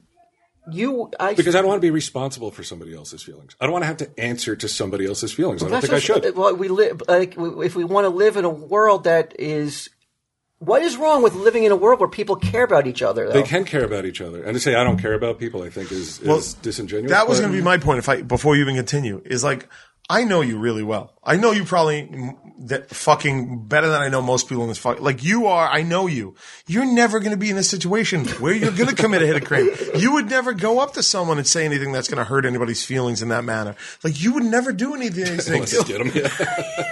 [SPEAKER 3] you I
[SPEAKER 1] Because I don't want to be responsible for somebody else's feelings. I don't want to have to answer to somebody else's feelings. I don't think I
[SPEAKER 3] That's
[SPEAKER 1] should.
[SPEAKER 3] what- Well, we live like we- if we want to live in a world that is. What is wrong with living in a world where people care about each other? Though?
[SPEAKER 1] They can care about each other, and to say I don't care about people, I think is, is disingenuous.
[SPEAKER 2] That was
[SPEAKER 1] but-
[SPEAKER 2] going to be my point. If I before you even continue, is like I know you really well. I know you probably mm, that fucking better than I know most people in this fuck. Like you are, I know you. You're never going to be in a situation where you're going to commit a hit of crime. You would never go up to someone and say anything that's going to hurt anybody's feelings in that manner. Like you would never do any of these things.
[SPEAKER 1] Let's get 'em, yeah.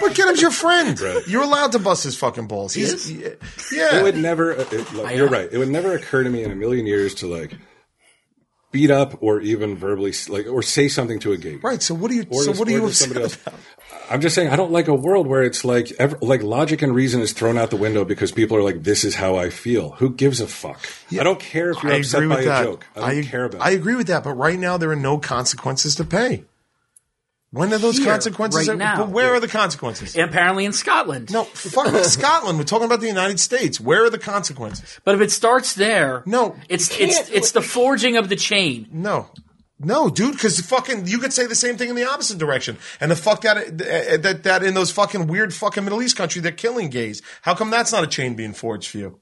[SPEAKER 2] but get him's your friend.
[SPEAKER 1] Right.
[SPEAKER 2] You're allowed to bust his fucking balls. He's yeah.
[SPEAKER 1] it would never. uh, It,
[SPEAKER 3] uh,
[SPEAKER 1] like, you're right. It would never occur to me in a million years to like beat up or even verbally s- like or say something to a gay.
[SPEAKER 2] Right. So what do you?
[SPEAKER 1] Or
[SPEAKER 2] so
[SPEAKER 1] to-
[SPEAKER 2] what do
[SPEAKER 1] or
[SPEAKER 2] you?
[SPEAKER 1] to
[SPEAKER 2] upset
[SPEAKER 1] somebody else.
[SPEAKER 2] about?
[SPEAKER 1] I'm just saying I don't like a world where it's like ever, like logic and reason is thrown out the window because people are like this is how I feel. Who gives a fuck? I don't care if you're upset by a joke. I don't care about.
[SPEAKER 2] I
[SPEAKER 1] it.
[SPEAKER 2] agree with that, but right now there are no consequences to pay. When are those
[SPEAKER 4] Here,
[SPEAKER 2] consequences?
[SPEAKER 4] right now.
[SPEAKER 2] But where are the consequences?
[SPEAKER 4] Apparently in Scotland.
[SPEAKER 2] No, fuck Scotland. We're talking about the United States. Where are the consequences?
[SPEAKER 4] But if it starts there,
[SPEAKER 2] No,
[SPEAKER 4] it's
[SPEAKER 3] you
[SPEAKER 4] it's
[SPEAKER 3] can't-
[SPEAKER 4] it's the forging of the chain.
[SPEAKER 2] No. No, dude, because fucking, you could say the same thing in the opposite direction, and the fuck that uh, that that in those fucking weird fucking Middle East country, they're killing gays. How come that's not a chain being forged for you?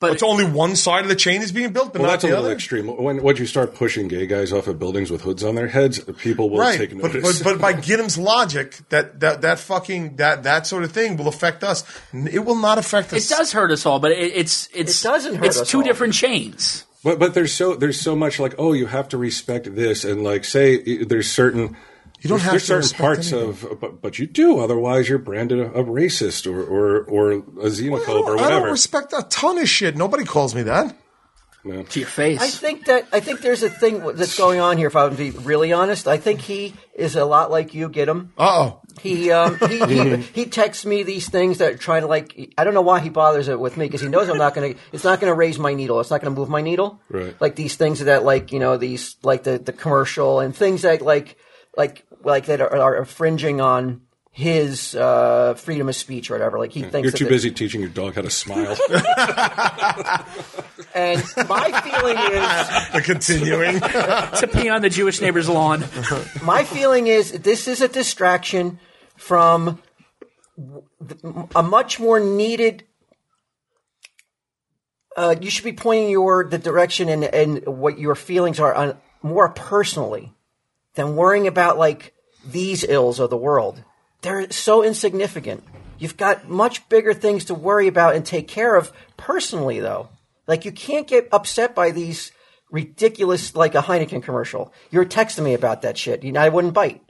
[SPEAKER 4] But
[SPEAKER 2] It's only one side of the chain is being built, but
[SPEAKER 1] Well,
[SPEAKER 2] not
[SPEAKER 1] that's a
[SPEAKER 2] the
[SPEAKER 1] little
[SPEAKER 2] other.
[SPEAKER 1] extreme. When once you start pushing gay guys off of buildings with hoods on their heads, people will take
[SPEAKER 2] but,
[SPEAKER 1] notice.
[SPEAKER 2] but, but by Ginnam's logic, that, that that fucking that that sort of thing will affect us. N- It will not affect
[SPEAKER 4] it
[SPEAKER 2] us.
[SPEAKER 4] does hurt us all. But it, it's it's
[SPEAKER 3] It doesn't hurt
[SPEAKER 4] It's
[SPEAKER 3] us
[SPEAKER 4] two
[SPEAKER 3] all.
[SPEAKER 4] different chains.
[SPEAKER 1] But but there's so there's so much like oh you have to respect this and like say i- there's certain you
[SPEAKER 2] don't have
[SPEAKER 1] there's
[SPEAKER 2] to
[SPEAKER 1] certain
[SPEAKER 2] respect
[SPEAKER 1] parts
[SPEAKER 2] anything.
[SPEAKER 1] of but, but you do otherwise you're branded a, a racist or or or a xenophobe
[SPEAKER 2] I don't,
[SPEAKER 1] or
[SPEAKER 2] I don't
[SPEAKER 1] whatever.
[SPEAKER 2] respect a ton of shit. Nobody calls me that.
[SPEAKER 4] To your
[SPEAKER 3] I
[SPEAKER 4] face.
[SPEAKER 3] think that I think there's a thing w- that's going on here. If I'm to be really honest, I think he is a lot like you. Get him?
[SPEAKER 2] Uh oh.
[SPEAKER 3] He um, he, he he texts me these things that are trying to like. I don't know why he bothers it with me because he knows I'm not gonna. It's not gonna raise my needle. It's not gonna move my needle.
[SPEAKER 1] Right.
[SPEAKER 3] Like these things that like you know these like the the commercial and things that like like like that are, are infringing on his uh, freedom of speech or whatever. Like he thinks
[SPEAKER 1] you're
[SPEAKER 3] that
[SPEAKER 1] too
[SPEAKER 3] the-
[SPEAKER 1] busy teaching your dog how to smile.
[SPEAKER 3] And my feeling is.
[SPEAKER 2] The continuing.
[SPEAKER 4] to pee on the Jewish neighbor's lawn.
[SPEAKER 3] my feeling is this is a distraction from a much more needed. Uh, you should be pointing your the direction and and what your feelings are on more personally than worrying about like these ills of the world. They're so insignificant. You've got much bigger things to worry about and take care of personally, though. Like you can't get upset by these ridiculous, like a Heineken commercial. You were texting me about that shit, and I wouldn't bite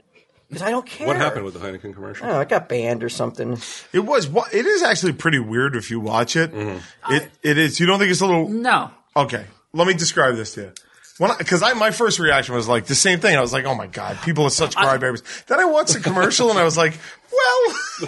[SPEAKER 3] because I don't care.
[SPEAKER 1] what happened with the Heineken commercial?
[SPEAKER 3] I don't know, it got banned or something.
[SPEAKER 2] it was. wa- It is actually pretty weird if you watch it.
[SPEAKER 1] Mm-hmm.
[SPEAKER 2] It it is. You don't think it's a little
[SPEAKER 4] No.
[SPEAKER 2] Okay, let me describe this to you. When because I, my first reaction was like the same thing. I was like, "Oh my god, people are such crybabies." Then I watched the commercial and I was like, "Well,"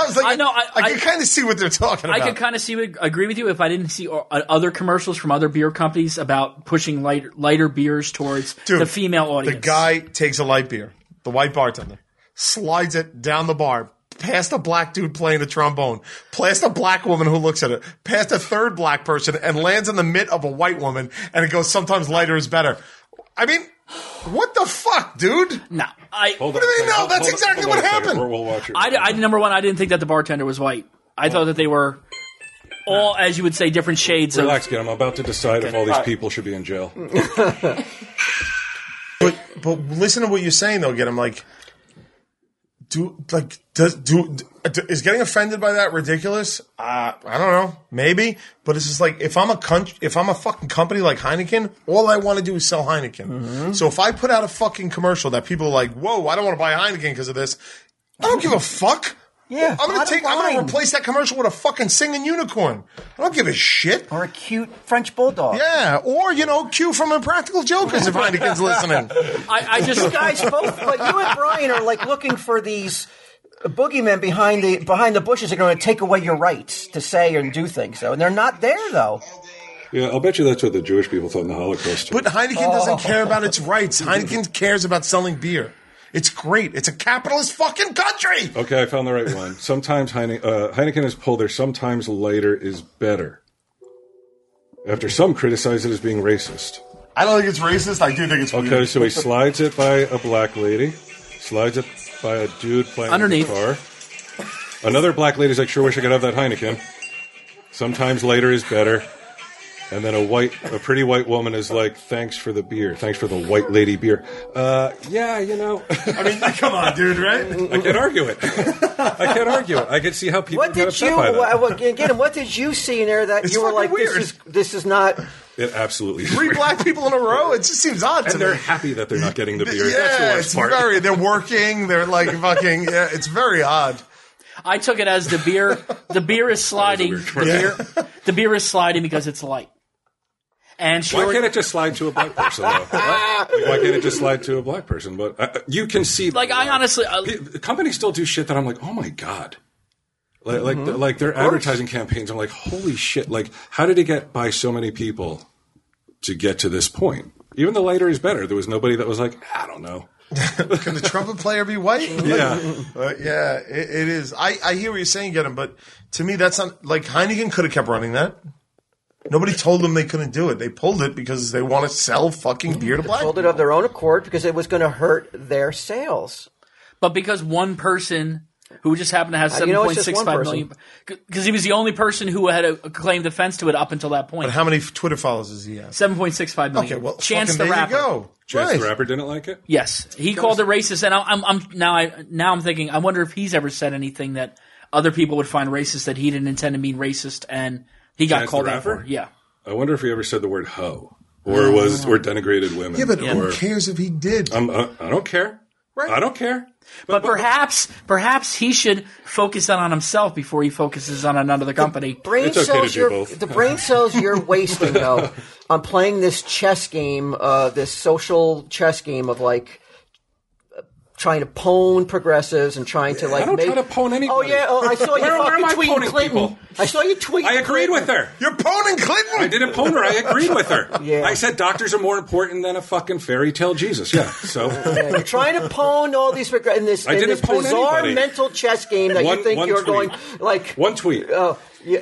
[SPEAKER 2] I was like,
[SPEAKER 4] I know, I-
[SPEAKER 2] can
[SPEAKER 4] I-
[SPEAKER 2] kind of see what they're talking
[SPEAKER 4] I
[SPEAKER 2] about."
[SPEAKER 4] could kind of see agree with you if I didn't see o- other commercials from other beer companies about pushing lighter lighter beers towards
[SPEAKER 2] Dude,
[SPEAKER 4] the female audience.
[SPEAKER 2] The guy takes a light beer, the white bartender, slides it down the bar, past a black dude playing the trombone, past a black woman who looks at it, past a third black person, and lands in the mitt of a white woman. And it goes, "Sometimes lighter is better." I mean, what the fuck, dude?
[SPEAKER 4] No, I,
[SPEAKER 1] Hold
[SPEAKER 4] I,
[SPEAKER 1] on
[SPEAKER 2] do
[SPEAKER 1] a
[SPEAKER 2] you
[SPEAKER 1] second.
[SPEAKER 2] know?
[SPEAKER 1] Hold-
[SPEAKER 2] That's
[SPEAKER 1] hold on-
[SPEAKER 2] exactly
[SPEAKER 1] hold on
[SPEAKER 2] what
[SPEAKER 1] a second.
[SPEAKER 2] happened.
[SPEAKER 1] We're- We'll watch it.
[SPEAKER 4] I, number one, I didn't think that the bartender was white. I thought that they were all, as you would say, different shades of.
[SPEAKER 1] Relax, kid. I'm about to decide if all these people should be in jail.
[SPEAKER 2] But but listen to what you're saying though. Again, I'm like, do like does do, do is getting offended by that ridiculous? Uh, I don't know, maybe. But it's just like if I'm a country, if I'm a fucking company like Heineken, all I want to do is sell Heineken.
[SPEAKER 3] Mm-hmm.
[SPEAKER 2] So if I put out a fucking commercial that people are like, whoa, I don't want to buy Heineken because of this, I don't give a fuck.
[SPEAKER 3] Yeah,
[SPEAKER 2] I'm gonna
[SPEAKER 3] bottom
[SPEAKER 2] take. I'm gonna
[SPEAKER 3] line.
[SPEAKER 2] replace that commercial with a fucking singing unicorn. I don't give a shit.
[SPEAKER 3] Or a cute French bulldog.
[SPEAKER 2] Yeah, or you know, Q from Impractical Jokers if Heineken's listening.
[SPEAKER 4] I, I just
[SPEAKER 3] You guys both, but you and Brian are like looking for these boogeymen behind the behind the bushes that are going to take away your rights to say and do things. Though, and they're not there though.
[SPEAKER 1] Yeah, I'll bet you that's what the Jewish people thought in the Holocaust.
[SPEAKER 2] But Heineken doesn't care about its rights. Heineken cares about selling beer. It's great. It's a capitalist fucking country.
[SPEAKER 1] okay, I found the right one. Sometimes Heine- uh, Heineken is pulled there. Sometimes later is better. After some criticize it as being racist.
[SPEAKER 2] I don't think it's racist. I do think it's weird.
[SPEAKER 1] Okay, so he slides it by a black lady, slides it by a dude playing
[SPEAKER 4] Underneath.
[SPEAKER 1] the guitar. Another black lady's like, sure wish I could have that Heineken. Sometimes later is better. And then a white, a pretty white woman is like, thanks for the beer. Thanks for the white lady beer. Uh, yeah, you know, I
[SPEAKER 2] I mean, come on, dude, right?
[SPEAKER 1] can't argue it. I can't argue it. I can see how people
[SPEAKER 3] What
[SPEAKER 1] get
[SPEAKER 3] did
[SPEAKER 1] upset
[SPEAKER 3] you?
[SPEAKER 1] by that.
[SPEAKER 3] wha- wha- Again, what did you see in there that
[SPEAKER 2] It's
[SPEAKER 3] you were
[SPEAKER 2] fucking
[SPEAKER 3] like,
[SPEAKER 2] weird.
[SPEAKER 3] this is this is not?
[SPEAKER 1] it absolutely is.
[SPEAKER 2] Three
[SPEAKER 1] weird.
[SPEAKER 2] black people in a row. It just seems odd to
[SPEAKER 1] And they're
[SPEAKER 2] me.
[SPEAKER 1] happy that they're not getting the beer. That's the
[SPEAKER 2] Yeah,
[SPEAKER 1] worst
[SPEAKER 2] it's
[SPEAKER 1] part.
[SPEAKER 2] very. They're working. They're like fucking. Yeah, it's very odd.
[SPEAKER 4] I took it as the beer the beer is sliding
[SPEAKER 1] weird
[SPEAKER 4] the beer the beer is sliding because it's light. And
[SPEAKER 1] Why
[SPEAKER 4] sure,
[SPEAKER 1] can't it just slide to a black person? Though? Like, why can't it just slide to a black person? But uh, you can see,
[SPEAKER 4] like I honestly uh, I,
[SPEAKER 1] the companies still do shit that I'm like, oh my god, like like,
[SPEAKER 4] Mm-hmm.
[SPEAKER 1] the- like their advertising campaigns. I'm like, holy shit! Like, how did it get by so many people to get to this point? Even the later is better. There was nobody that was like, I don't know.
[SPEAKER 2] Can the trumpet player be white?
[SPEAKER 1] Yeah,
[SPEAKER 2] But yeah, it, it is. I, I hear what you're saying, Get him, but to me, that's not like Heineken could have kept running that. Nobody told them they couldn't do it. They pulled it because they want to sell fucking beer to black.
[SPEAKER 3] Pulled it of their own accord because it was going to hurt their sales.
[SPEAKER 4] but because one person who just happened to have
[SPEAKER 3] Uh, you
[SPEAKER 4] seven
[SPEAKER 3] know,
[SPEAKER 4] point
[SPEAKER 3] it's just
[SPEAKER 4] six
[SPEAKER 3] one
[SPEAKER 4] five
[SPEAKER 3] person.
[SPEAKER 4] million, because he was the only person who had a, a claim defense to it up until that point.
[SPEAKER 2] But how many Twitter followers does he have?
[SPEAKER 4] Seven point six five million.
[SPEAKER 2] Okay, well,
[SPEAKER 4] Chance
[SPEAKER 2] fucking
[SPEAKER 4] the
[SPEAKER 2] there
[SPEAKER 4] rapper.
[SPEAKER 2] you go.
[SPEAKER 1] Chance
[SPEAKER 2] Right.
[SPEAKER 1] the rapper didn't like it.
[SPEAKER 4] Yes, he called it racist, and I- I'm, I'm now I now I'm thinking. I wonder if he's ever said anything that other people would find racist that he didn't intend to mean racist, and he got
[SPEAKER 1] Chance the
[SPEAKER 4] called out
[SPEAKER 1] Rapper?
[SPEAKER 4] for. it. Yeah,
[SPEAKER 1] I wonder if he ever said the word hoe or was or denigrated women.
[SPEAKER 2] Oh. Yeah, but
[SPEAKER 1] or,
[SPEAKER 2] who cares if he did?
[SPEAKER 1] I'm, uh, I don't care.
[SPEAKER 2] Right.
[SPEAKER 1] I don't care.
[SPEAKER 4] but, perhaps perhaps he should focus on on himself before he focuses on another company.
[SPEAKER 3] brain
[SPEAKER 1] It's okay
[SPEAKER 3] cells
[SPEAKER 1] to do
[SPEAKER 3] you're,
[SPEAKER 1] both.
[SPEAKER 3] the brain cells you're wasting though on playing this chess game uh, this social chess game of like uh, Trying to pone progressives and trying to like
[SPEAKER 1] don't
[SPEAKER 3] make
[SPEAKER 1] try to pone anybody.
[SPEAKER 3] Oh yeah, oh, I saw you
[SPEAKER 1] Where- where
[SPEAKER 3] fucking
[SPEAKER 1] am I
[SPEAKER 3] tweeting
[SPEAKER 1] poning
[SPEAKER 3] Clinton.
[SPEAKER 1] people?
[SPEAKER 3] I saw you tweet.
[SPEAKER 1] I agreed with her.
[SPEAKER 2] You're poning Clinton.
[SPEAKER 1] I didn't pwn her. I agreed with her.
[SPEAKER 3] Yeah.
[SPEAKER 1] I said doctors are more important than a fucking fairy tale Jesus. Yeah. So
[SPEAKER 3] You're trying to pone all these regret in this,
[SPEAKER 1] I
[SPEAKER 3] in
[SPEAKER 1] didn't
[SPEAKER 3] this
[SPEAKER 1] pone
[SPEAKER 3] bizarre
[SPEAKER 1] anybody.
[SPEAKER 3] mental chess game that
[SPEAKER 1] One-
[SPEAKER 3] you think
[SPEAKER 1] one
[SPEAKER 3] you're
[SPEAKER 1] tweet.
[SPEAKER 3] going like
[SPEAKER 1] one tweet.
[SPEAKER 3] Oh, yeah.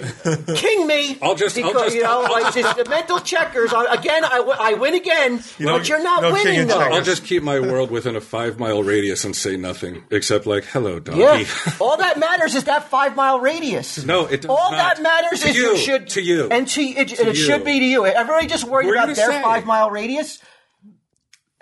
[SPEAKER 3] king me.
[SPEAKER 1] I'll just- I'll
[SPEAKER 3] because
[SPEAKER 1] just-
[SPEAKER 3] you know,
[SPEAKER 1] I'll
[SPEAKER 3] like
[SPEAKER 1] just-
[SPEAKER 3] this, the mental checkers. I, again, I, w- I win again, but you're not
[SPEAKER 2] no king
[SPEAKER 3] winning
[SPEAKER 2] and
[SPEAKER 3] though.
[SPEAKER 2] checkers.
[SPEAKER 1] I'll just keep my world within a five mile radius and say nothing except like, "Hello, donkey."
[SPEAKER 3] Yeah. All that matters is that five mile radius.
[SPEAKER 1] No, it does
[SPEAKER 3] All
[SPEAKER 1] not.
[SPEAKER 3] that matters
[SPEAKER 1] To
[SPEAKER 3] is
[SPEAKER 1] you,
[SPEAKER 3] should
[SPEAKER 1] to you,
[SPEAKER 3] and to, it,
[SPEAKER 1] to
[SPEAKER 3] and it
[SPEAKER 1] you.
[SPEAKER 3] should be to you. Everybody just worried
[SPEAKER 1] What are you gonna
[SPEAKER 3] about their
[SPEAKER 1] say?
[SPEAKER 3] five mile radius.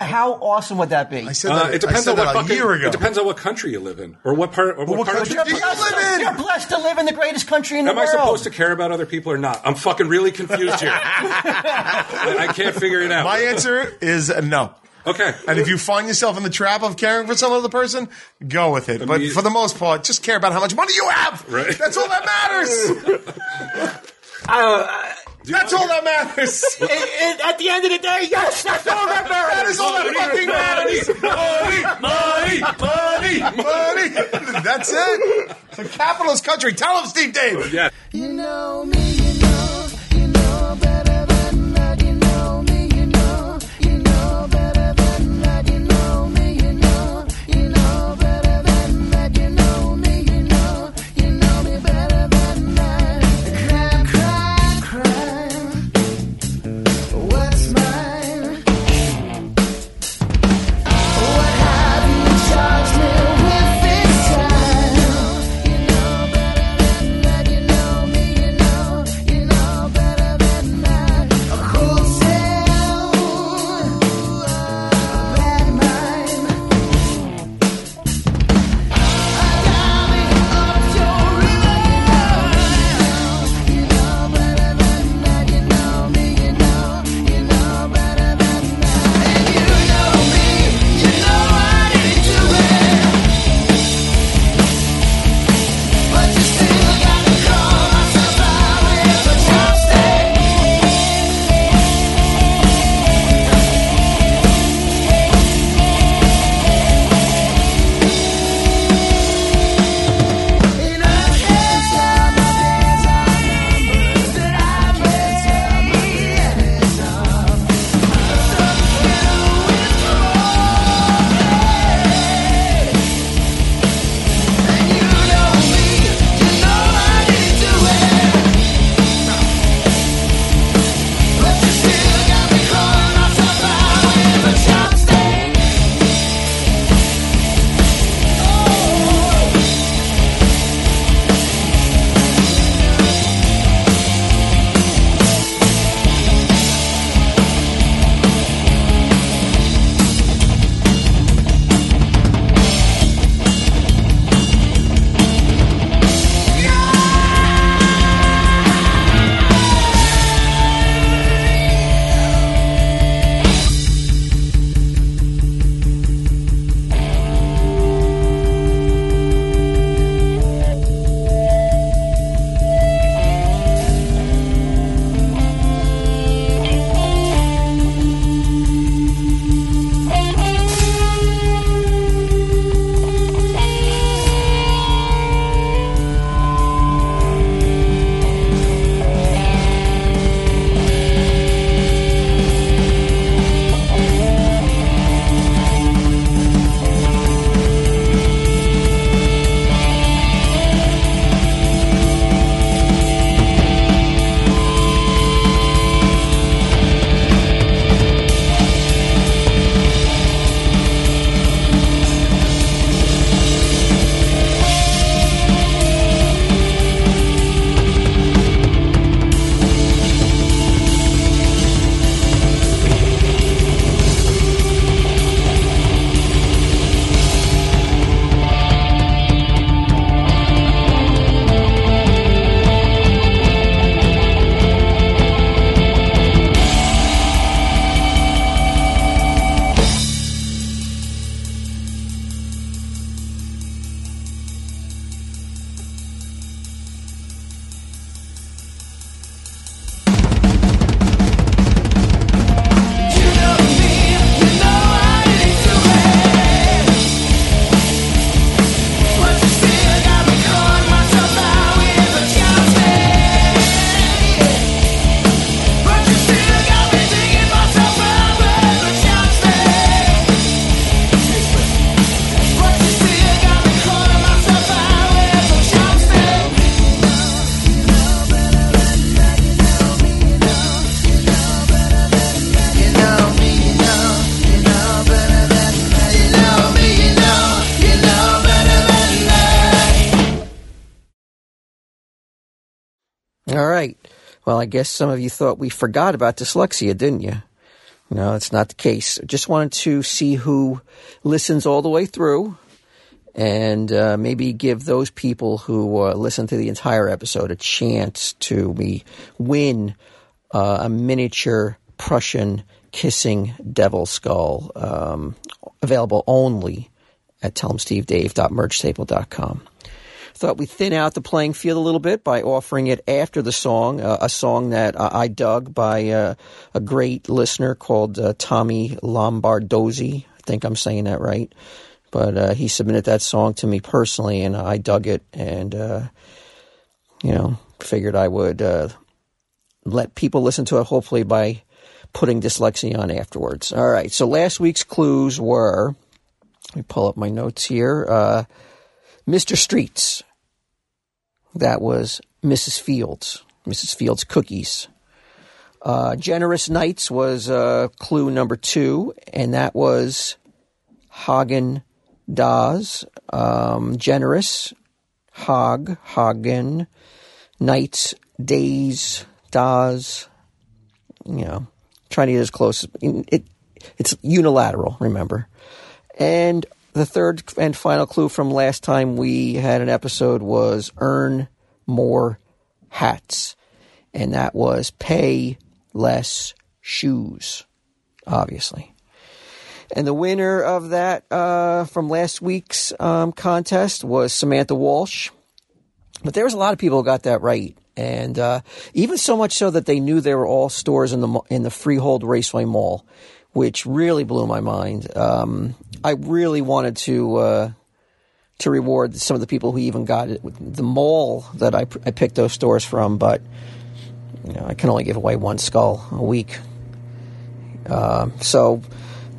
[SPEAKER 3] How awesome would that be?
[SPEAKER 2] I said
[SPEAKER 1] Uh,
[SPEAKER 2] that.
[SPEAKER 1] it depends
[SPEAKER 2] I
[SPEAKER 1] on
[SPEAKER 2] said
[SPEAKER 1] what
[SPEAKER 2] that a
[SPEAKER 1] fucking,
[SPEAKER 2] year ago.
[SPEAKER 1] It depends on what country you live in or what part. Or what,
[SPEAKER 2] what
[SPEAKER 1] part
[SPEAKER 2] country
[SPEAKER 3] You're
[SPEAKER 1] of the-
[SPEAKER 2] you
[SPEAKER 3] blessed,
[SPEAKER 2] live in?
[SPEAKER 3] you're blessed to live in the greatest country in the
[SPEAKER 1] Am I
[SPEAKER 3] world.
[SPEAKER 1] supposed to care about other people or not? I'm fucking really confused here. I I can't figure it out.
[SPEAKER 2] My answer is a no.
[SPEAKER 1] okay.
[SPEAKER 2] And if you find yourself in the trap of caring for some other person, go with it. But
[SPEAKER 1] mean-
[SPEAKER 2] for the most part, just care about how much money you have.
[SPEAKER 1] Right.
[SPEAKER 2] That's all that matters. That's all that matters.
[SPEAKER 3] Uh, It- it- at the end of the day, yes, that's all that matters.
[SPEAKER 2] That is all that fucking matters. Money, money, money, money, money. That's it. It's a capitalist country. Tell him, Steve Dave.
[SPEAKER 1] yeah.
[SPEAKER 6] You know me, you know, you know better than that. You know me, you know, you know better than that. You know me, you know, you know better than that. You know me, you know, you know me better than that. Crime, crime, crime. What's mine? What have you charged me with this time? You know better than that. You know me. You know. Oh,
[SPEAKER 3] All right. Well, I guess some of you thought we forgot about dyslexia, didn't you? No, that's not the case. Just wanted to see who listens all the way through and uh, maybe give those people who uh, listen to the entire episode a chance to be, win uh, a miniature Prussian kissing devil skull um, available only at tellemstevedave.merchtable.com thought we'd thin out the playing field a little bit by offering it after the song, uh, a song that uh, I dug by uh, a great listener called uh, Tommy Lombardozzi. I think I'm saying that right. But uh, he submitted that song to me personally, and I dug it and, uh, you know, figured I would uh, let people listen to it, hopefully, by putting dyslexia on afterwards. All right, so last week's clues were let me pull up my notes here. Uh, Mr. Streets. That was Mrs. Fields. Mrs. Fields Cookies. Uh, Generous Nights was uh, clue number two, and that was Hagen Daz. Um, generous, Hog, Hagen, Nights, Days, Daz. You know, trying to get as close. It, it's unilateral, remember. And the third and final clue from last time we had an episode was earn more hats. And that was pay less shoes, obviously. And the winner of that uh, from last week's um, contest was Samantha Walsh. But there was a lot of people who got that right, and uh, even so much so that they knew they were all stores in the ma- in the Freehold Raceway Mall, which really blew my mind. Um, I really wanted to uh, to reward some of the people who even got it with the mall that I, I picked those stores from, but you know I can only give away one skull a week. Um, so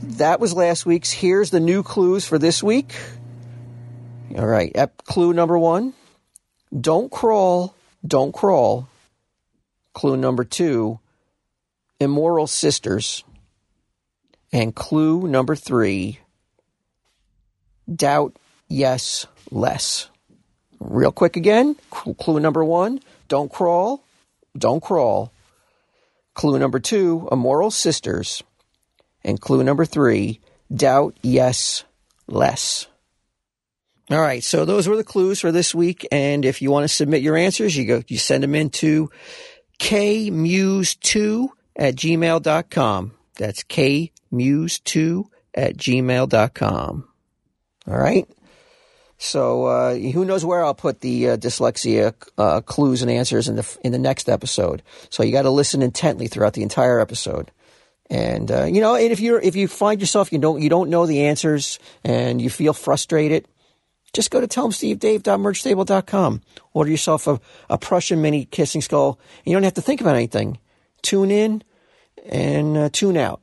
[SPEAKER 3] that was last week's. Here's the new clues for this week. All right, ep- clue number one. Don't crawl, don't crawl. Clue number two, immoral sisters. And clue number three, doubt, yes, less. Real quick again. Cl- Clue number one, don't crawl, don't crawl. Clue number two, immoral sisters. And clue number three, doubt, yes, less. All right, so those were the clues for this week. And if you want to submit your answers, you go you send them in to kmuse2 at gmail.com. That's kmuse2 at gmail.com. All right. So uh, who knows where I'll put the uh, dyslexia uh, clues and answers in the in the next episode. So you got to listen intently throughout the entire episode. And uh, you know, and if you are if you find yourself you don't you don't know the answers and you feel frustrated, just go to tellemstevedave.merchstable.com. Order yourself a, a Prussian mini kissing skull, and you don't have to think about anything. Tune in and uh, tune out.